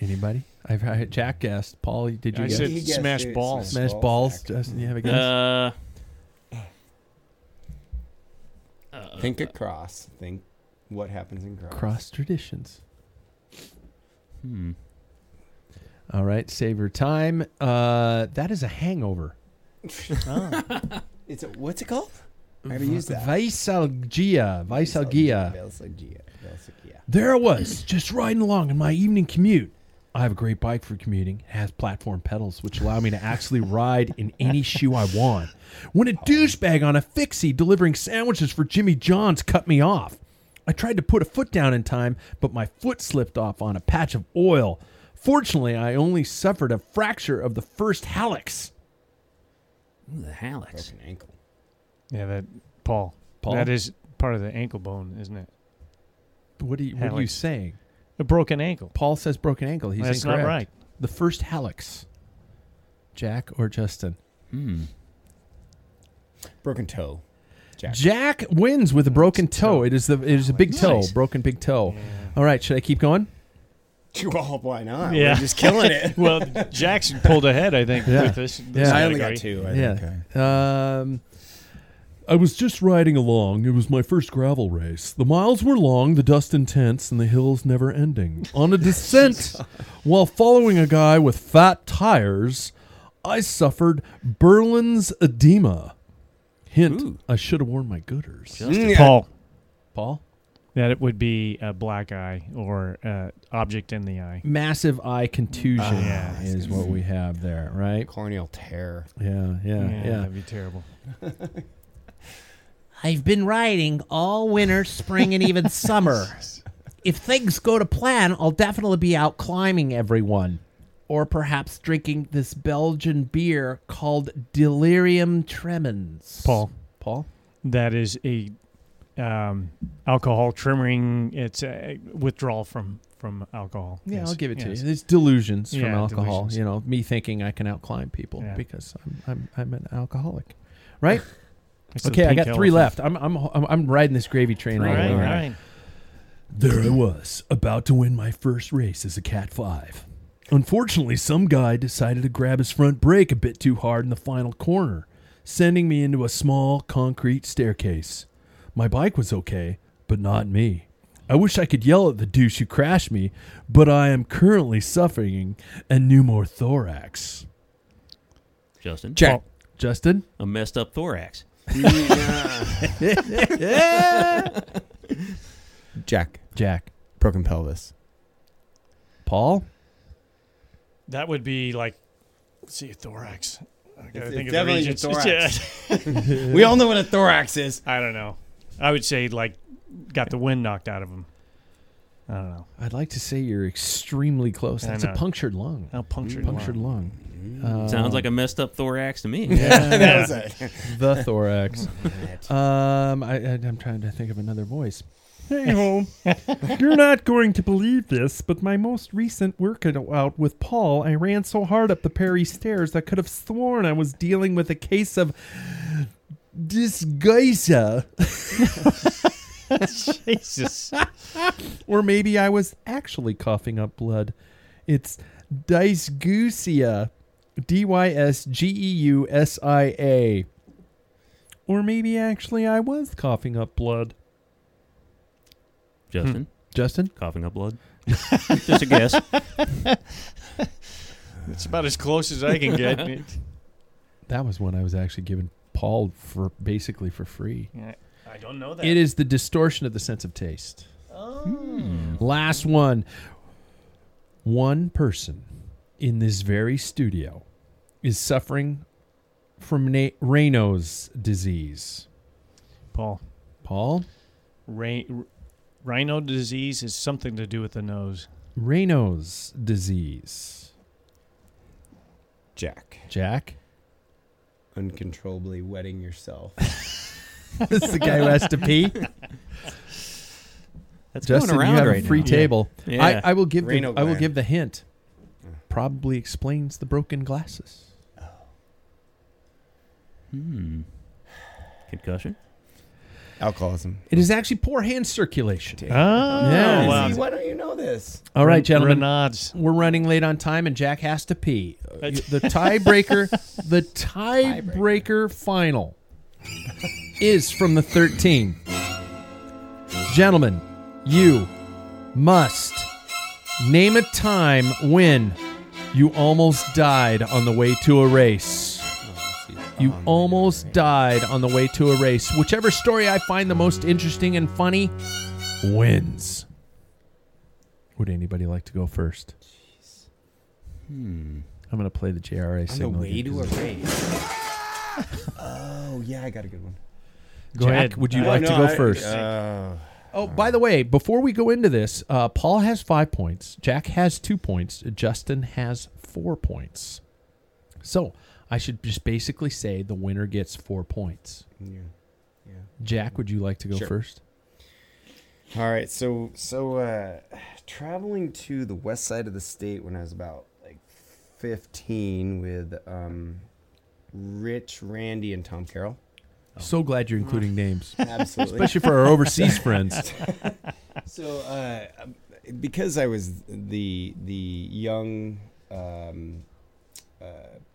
Anybody? I've I, Jack guessed. Paul, did you
I
guess?
said
He guessed
smash
it.
balls.
Smash balls.
balls, Jack.
Justin, you have a guess?
Uh,
Think across. Think what happens in cross.
Cross traditions.
hmm.
All right, save your time. Uh, that is a hangover.
It's a, what's it called? I haven't used that.
Visalgia. Visalgia.
Valsalgia. Valsalgia.
There I was, just riding along in my evening commute, I have a great bike for commuting. It has platform pedals, which allow me to actually ride in any shoe I want. When a douchebag on a fixie delivering sandwiches for Jimmy John's cut me off, I tried to put a foot down in time, but my foot slipped off on a patch of oil. Fortunately, I only suffered a fracture of the first hallux.
Ooh, the hallux.
ankle.
Yeah, that Paul.
Paul?
That is part of the ankle bone, isn't it?
What are you, what are you
Hallux.
saying?
A broken ankle.
Paul says broken ankle. He's
That's not
incorrect.
right.
The first hallux. Jack or Justin?
Hmm.
Broken toe. Jack.
Jack wins with a broken toe. It is the it is a big toe,
Nice.
broken big toe. All right, should I keep going?
Well, why not?
Yeah.
We're just killing it.
well, Jackson pulled ahead, I think,
Yeah.
with this. this
Yeah.
I only got
category.
two. I think.
Yeah. Um, I was just riding along. It was my first gravel race. The miles were long, the dust intense, and the hills never ending. On a descent, while following a guy with fat tires, I suffered Berlin's edema. Hint:
Ooh.
I should have worn my gooders.
Justin.
Mm,
Paul.
Paul,
That it would be a black eye or uh, object in the eye.
massive eye contusion
Ah, I was
is
gonna
what we have there, right?
Corneal tear.
Yeah, yeah, yeah.
That'd be terrible.
I've been riding all winter, spring, and even summer. If things go to plan, I'll definitely be out climbing everyone. Or perhaps drinking this Belgian beer called Delirium Tremens.
Paul.
Paul?
That is a um, alcohol trimming. It's a withdrawal from from alcohol.
Yeah,
Yes,
I'll give it
yes.
to you. It's delusions from
Yeah,
alcohol.
delusions.
You know, me thinking I can outclimb people
Yeah.
because I'm, I'm, I'm an alcoholic. Right?
It's the
okay, I
pink
got three
elephant.
left. I'm, I'm, I'm, I'm riding this gravy train
All
all
right,
the
all
way.
right.
There I was, about to win my first race as a Cat 5. Unfortunately, some guy decided to grab his front brake a bit too hard in the final corner, sending me into a small concrete staircase. My bike was okay, but not me. I wish I could yell at the douche who crashed me, but I am currently suffering a pneumothorax.
Justin.
Jack.
Oh, Justin?
A messed up thorax.
Jack.
Jack.
Broken pelvis.
Paul?
That would be like, let's see, a thorax. I gotta
It's-
think
it's
of the
definitely
regions.
your thorax.
Yeah,
we all know what a thorax is.
I don't know. I would say like, got the wind knocked out of him. I don't know.
I'd like to say you're extremely close.
I
That's a
know.
punctured lung.
Now punctured.
Punctured
lung.
lung. Um,
Sounds like a messed up thorax to me.
Yeah.
the thorax. um, I, I, I'm trying to think of another voice.
Hey ho. You're not going to believe this, but my most recent workout with Paul, I ran so hard up the Perry stairs I could have sworn I was dealing with a case of
Disguisa.
Jesus.
or maybe I was actually coughing up blood. It's dysgeusia. D Y S G E U S I A. Or maybe actually I was coughing up blood.
Justin.
Justin?
Coughing up blood. Just a guess.
It's about as close as I can get.
That was one I was actually given Paul for basically for free.
Yeah, I don't know that.
It is the distortion of the sense of taste.
Oh.
Last one. One person in this very studio is suffering from Na- Raynaud's disease.
Paul.
Paul?
Ray, rhino disease is something to do with the nose.
Raynaud's disease.
Jack.
Jack?
Uncontrollably wetting yourself.
this is the guy who has to pee.
That's
Justin,
going
you
around
have
right
a free
now.
table.
Yeah.
I, I will give the,
Raynaud
I will
gland.
give the hint. Probably explains the broken glasses.
Hmm. Concussion.
Alcoholism.
It is actually poor hand circulation.
Oh, yeah.
Yes.
See, why don't you know this?
All right, gentlemen.
Renaud's.
We're running late on time, and Jack has to pee. Uh, you- The tiebreaker, the tiebreaker final is from the 13. Gentlemen, you must name a time when you almost died on the way to a race. You almost died on the way to a race. Whichever story I find the most interesting and funny wins. Would anybody like to go first?
Hmm.
I'm going to play the JRA signal.
On the way
again,
to a
'cause
race. oh yeah, I got a good one.
Jack, would you
Oh,
like
no,
to go
I-
first?
uh,
Oh, by the way, before we go into this, uh, Paul has five points. Jack has two points. Justin has four points. So I should just basically say the winner gets four points.
yeah. Yeah.
Jack, would you like to go
Sure.
first?
All right, so so uh, traveling to the west side of the state when I was about like fifteen with um, Rich, Randy, and Tom Carroll. Oh.
So glad you're including names,
Absolutely,
especially for our overseas friends.
So, uh, because I was the the young, um, uh,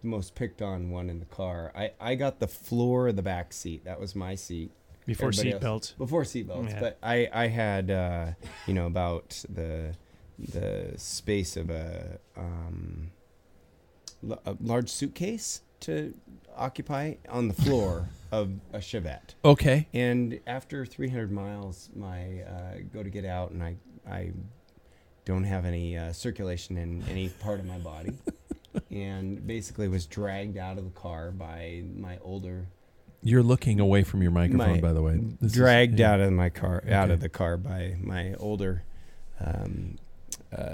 most picked on one in the car, I, I got the floor of the back seat. That was my seat.
Before
Everybody
seat
else-
belts.
Before seatbelts,
Yeah.
but I I had uh, you know about the the space of a um, l- a large suitcase to occupy on the floor of a Chevette.
Okay.
And after 300 miles, my uh, go to get out, and I I don't have any uh, circulation in any part of my body, and basically was dragged out of the car by my older
You're looking away from your microphone,
My-
by the way. This is-
dragged
yeah.
out of my car out of
Okay.
the car by my older um, uh,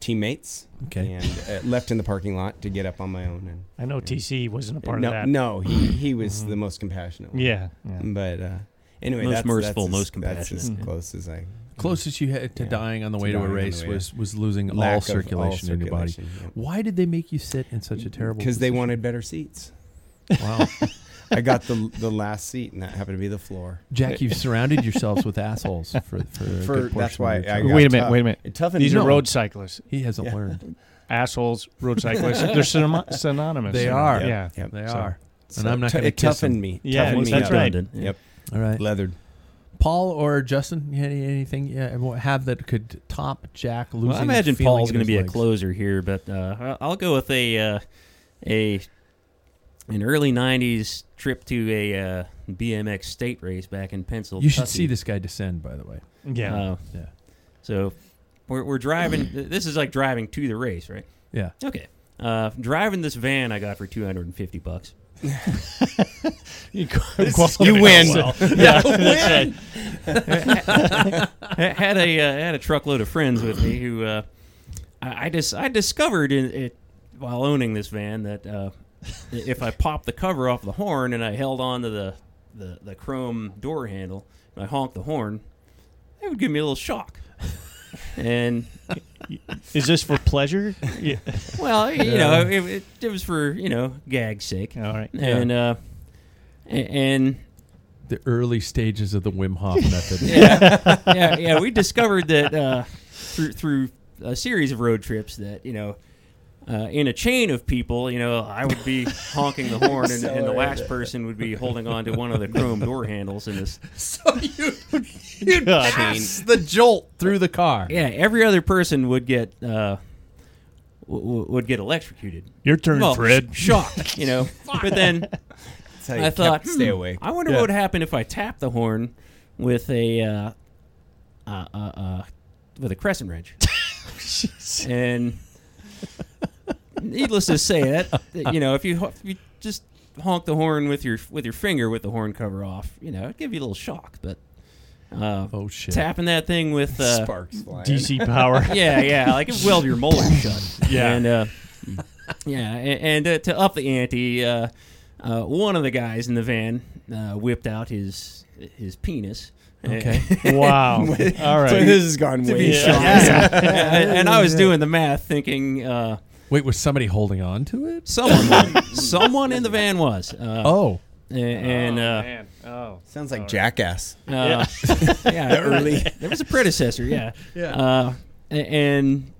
teammates,
Okay.
and uh, left in the parking lot to get up on my own. And
I know TC wasn't a part
no,
of that.
no, he he was
Mm-hmm.
the most compassionate. one.
Yeah. yeah.
But uh, anyway,
Most
that's,
merciful,
that's
most
as, that's as
compassionate.
close as I
Closest you had to
Yeah.
dying on the
To
way to, a
dying on the
race
way.
was was losing
Lack
all
of all
circulation, in your body.
circulation, yeah.
Why did they make you sit in such a terrible?
because they
position?
wanted better seats.
Wow.
I got the the last seat, and that happened to be the floor.
Jack, you've surrounded yourselves with assholes for for, a
For-
good portion
that's why
of your
I
time.
got
Wait a minute,
Oh tough.
wait a minute.
It toughened
These
me
are
up.
road cyclists,
he hasn't learned.
assholes, road cyclists. They're synom- synonymous.
They are.
Yeah.
Yep.
They
So-
are.
so
and I'm not
tou-
going to
It toughened me.
Yeah,
toughened me
that's
up.
right.
Yep,
All right,
leathered.
Paul or Justin, you had anything yeah, what- have that could top Jack losing?
Well, I imagine
feeling
Paul's
in
going to
his
be
legs?
a closer here, but uh, I- I'll go with a uh, a an early '90s trip to a uh, BMX state race back in Pennsylvania.
You should see this guy descend, by the way.
Yeah.
Uh,
Yeah,
so we're, we're driving. this is like driving to the race, right?
yeah.
Okay. Uh, driving this van I got for 250 bucks.
You, you
win.
yeah, I had a uh, had a truckload of friends with me who uh, I, I dis- I discovered in it while owning this van that uh, if I popped the cover off the horn and I held on to the, the, the chrome door handle and I honked the horn, it would give me a little shock. And
Is this for pleasure? yeah. Oh,
well, you know, it, it, it was for you know gag's sake,
All right.
and uh, a- and
The early stages of the Wim Hof method.
yeah, yeah, yeah. We discovered that uh, through through a series of road trips that you know, uh, in a chain of people, you know, I would be honking the horn, and, and the last person would be holding on to one of the chrome door handles. And this,
so you you pass the jolt through the car.
yeah, every other person would get uh, w- w- would get electrocuted.
Your turn,
Well,
Fred.
Shocked, you know. but then
That's how you
I thought,
kept, stay
"Hmm,
awake.
I wonder
Yeah.
what would happen if I tapped the horn with a uh, uh, uh, uh, with a crescent wrench. and needless to say, that that, you know, if you ho- if you just honk the horn with your with your finger with the horn cover off, you know, it'd give you a little shock. But uh,
Oh shit.
tapping that thing with uh,
Sparks flying.
DC power.
yeah, yeah, like it weld your molar shut.
Yeah.
and uh, yeah, a- and, uh, to up the ante, uh, uh, one of the guys in the van uh, whipped out his his penis.
Okay.
Wow. All
So
right.
this has gone way.
Yeah,
short.
yeah. and, and I was doing the math, thinking uh,
Wait, was somebody holding on to it?
someone someone in the van was. Uh,
Oh,
a- and uh,
Oh.
Sounds like Jackass.
Uh, yeah, early. There was a predecessor, yeah.
Yeah.
Uh, a- and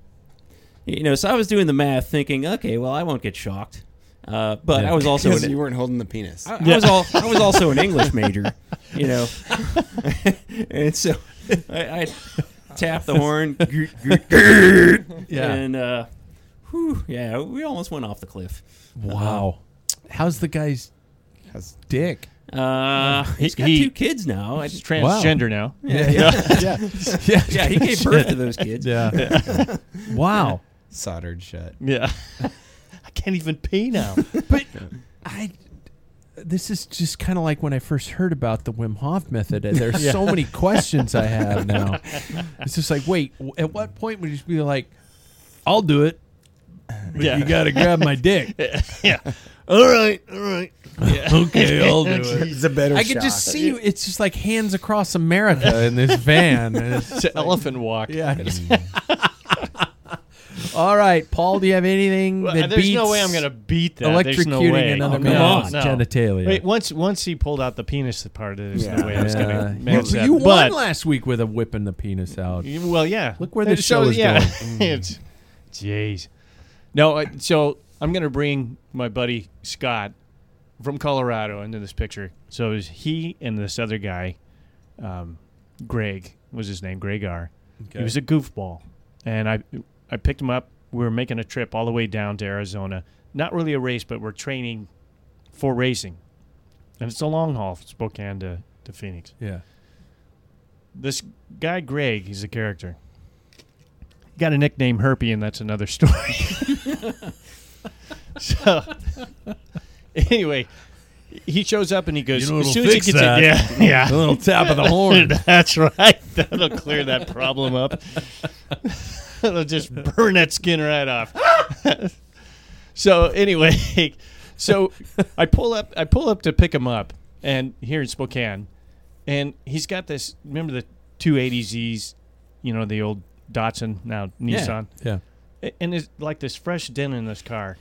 you know, so I was doing the math, thinking, okay, well, I won't get shocked. Uh, but
Yeah.
I was also
Because
an,
you weren't holding the penis.
I, I was all I was also an English major, you know, and so I, I tapped the horn, grr, grr, grr,
Yeah.
and uh, whew, yeah, we almost went off the cliff.
wow. How's um, the guy's
How's-
dick?
Uh, he's got
He-
two kids now. I
He's
just
transgender now.
Yeah,
Yeah.
yeah,
Yeah.
yeah. He gave birth to those kids.
Yeah. Wow.
soldered shut.
Yeah. I can't even pee now.
But I, this is just kind of like when I first heard about the Wim Hof method. And there's so many questions I have now. It's just like, wait, w- at what point would you just be like, I'll do it. But
Yeah.
You got to grab my dick.
yeah. All right. All right. Yeah.
okay, I'll do it.
It's a better
I could just see you. It's just like hands across America in this van. And it's
It's an elephant walk.
Yeah. All right, Paul. Do you have anything
Well,
that
there's
beats?
no way I'm going to beat that. There's no
electrocuting
way.
another
Oh,
man's
no.
genitalia.
Wait, once once he pulled out the penis part, there's
Yeah.
no way I was going
Yeah.
to manage
you
that.
you won
but,
last week with a whipping the penis out.
Well, yeah.
Look where
It
this show
shows-
is
yeah. It's- Jeez. No, I, so I'm going to bring my buddy Scott from Colorado into this picture. So it was he and this other guy, um, Greg was his name, Greg R. He was a goofball, and I I picked him up. We were making a trip all the way down to Arizona. Not really a race, but we're training for racing, and it's a long haul from Spokane to, to Phoenix
Yeah.
this guy Greg, he's a character. Got a nickname Herpy, and that's another story. so, anyway, he shows up and he goes.
You know
as
what'll
soon as he
fix
gets
that?
in, yeah, yeah.
A little tap of the horn.
That's right. That'll clear that problem up. That'll just burn that skin right off. so anyway, so I pull up. I pull up to pick him up, and here in Spokane, and he's got this. Remember the two eighty Zs, you know the old Datsun now Nissan,
Yeah.
A- and it's like this fresh dent in this car,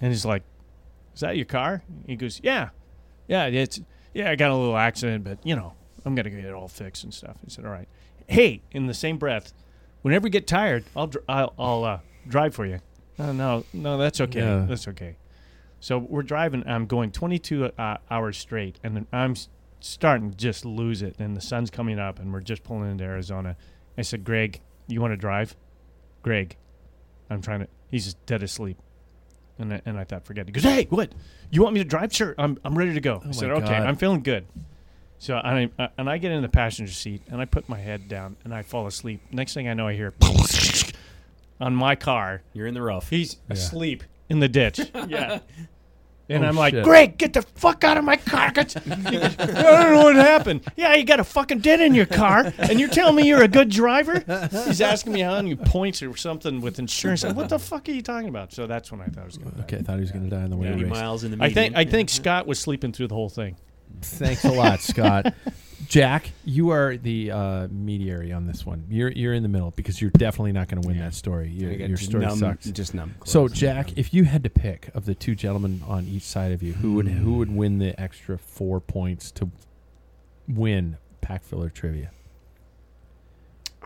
and he's like, "Is that your car?" He goes, "Yeah, yeah, it's yeah. I got a little accident, but you know, I'm gonna get it all fixed and stuff." He said, "All right." Hey, in the same breath, whenever you get tired, I'll dr- I'll, I'll uh, drive for you. No, no, no, that's okay.
Yeah.
That's okay. So we're driving. I'm going 22 uh, hours straight, and then I'm s- starting to just lose it. And the sun's coming up, and we're just pulling into Arizona. I said, "Greg, you want to drive?" Greg, I'm trying to. He's just dead asleep. And I, and I thought, forget. it. He goes, "Hey, what? You want me to drive? Sure, I'm I'm ready to go." I said,
Oh my
"Okay,
God.
I'm feeling good." So I I- and I get in the passenger seat and I put my head down and I fall asleep. Next thing I know, I hear on my car.
You're in the rough.
He's asleep in the ditch. yeah. And
Oh,
I'm like,
shit.
Greg, get the fuck out of my car. Get- I don't know what happened. Yeah, you got a fucking dent in your car, and you're telling me you're a good driver? He's asking me how many points or something with insurance. Like, what the fuck are you talking about? So that's when I thought I was going to
Okay, I thought he was going to die on the way to
80
race.
miles in the
I
median.
think, I think Scott was sleeping through the whole thing.
Thanks a lot, Scott. Jack, you are the uh, mediary on this one. You're you're in the middle because you're definitely not going to win that story. Your, your story
numb,
sucks.
Just numb.
So,
close.
Jack, if you had to pick of the two gentlemen on each side of you, who would who would win the extra four points to win pack filler trivia?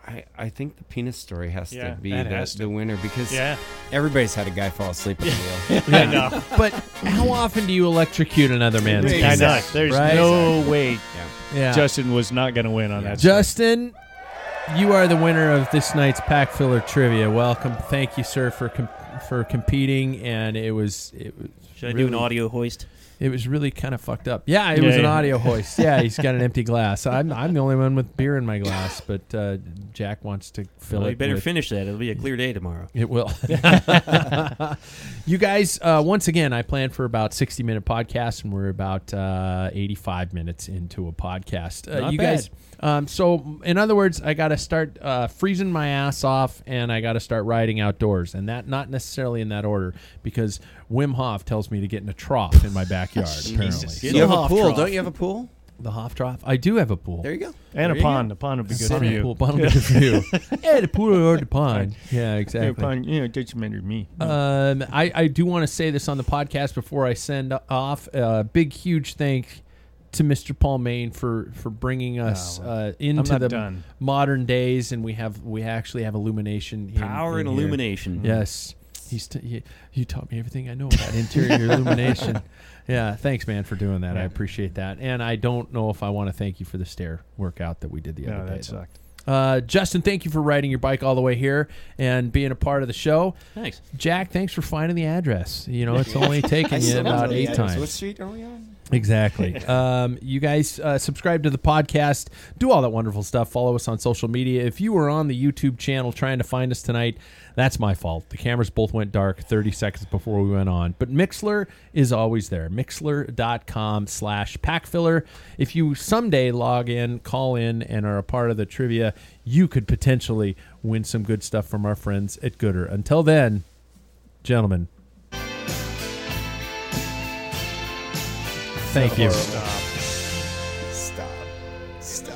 I, I think the penis story has
Yeah,
to be the,
that has to.
the winner because
Yeah.
everybody's had a guy fall asleep at the wheel.
I know.
But how often do you electrocute another man's?
Right.
I
penis?
know. There's
Right.
no way
Yeah.
Justin was not going to win on that.
Justin, you are the winner of this night's pack filler trivia. Welcome, thank you, sir, for com- for competing. And it was it was
Should I do
really-
an audio hoist?
It was really kind of fucked up. Yeah, it
Yeah,
was an
yeah.
audio hoist. Yeah, he's got an empty glass. I'm I'm the only one with beer in my glass, but uh, Jack wants to fill
Well,
it.
you better
with-
finish that. It'll be a clear day tomorrow.
It will. you guys, uh, once again, I plan for about 60 minute podcasts, and we're about uh, 85 minutes into a podcast. Uh,
Not
you guys, um, so in other words, I got to start uh, freezing my ass off and I got to start riding outdoors. And that, not necessarily in that order, because Wim Hof tells me to get in a trough in my backyard, apparently.
Get
You
a
have a
Hoff
pool,
trough.
don't you have a pool?
The Hof trough? I do have a pool.
There you go.
And
There
a
you
pond. The pond would be good
Son
for
of a
you.
pool, but I'm good for you. yeah, the pool or the pond. Yeah,
Yeah,
exactly.
pond, you know, documentary me.
Um, I, I do want to say this on the podcast before I send off. Uh, big, huge thank to Mr. Paul Maine for for bringing us
Ah, well,
uh, into
not
the
done.
modern days, and we have we actually have illumination. in-
Power
in
and
here.
illumination.
Yes, he's t- he, you taught me everything I know about interior illumination. Yeah, thanks, man, for doing that. I appreciate that, and I don't know if I want to thank you for the stair workout that we did the
No,
other day.
that sucked.
Uh, Justin, thank you for riding your bike all the way here and being a part of the show.
Thanks.
Jack, thanks for finding the address. You know, it's only taken you
still don't
about
know the
eight
address. What
times.
street are we on?
Exactly. um, you guys uh, subscribe to the podcast, do all that wonderful stuff, follow us on social media. If you were on the YouTube channel trying to find us tonight, that's my fault. The cameras both went dark 30 seconds before we went on. But Mixler is always there. Mixler.com slash packfiller. If you someday log in, call in, and are a part of the trivia, you could potentially win some good stuff from our friends at Gooder. Until then, gentlemen, thank you.
Stop. Stop.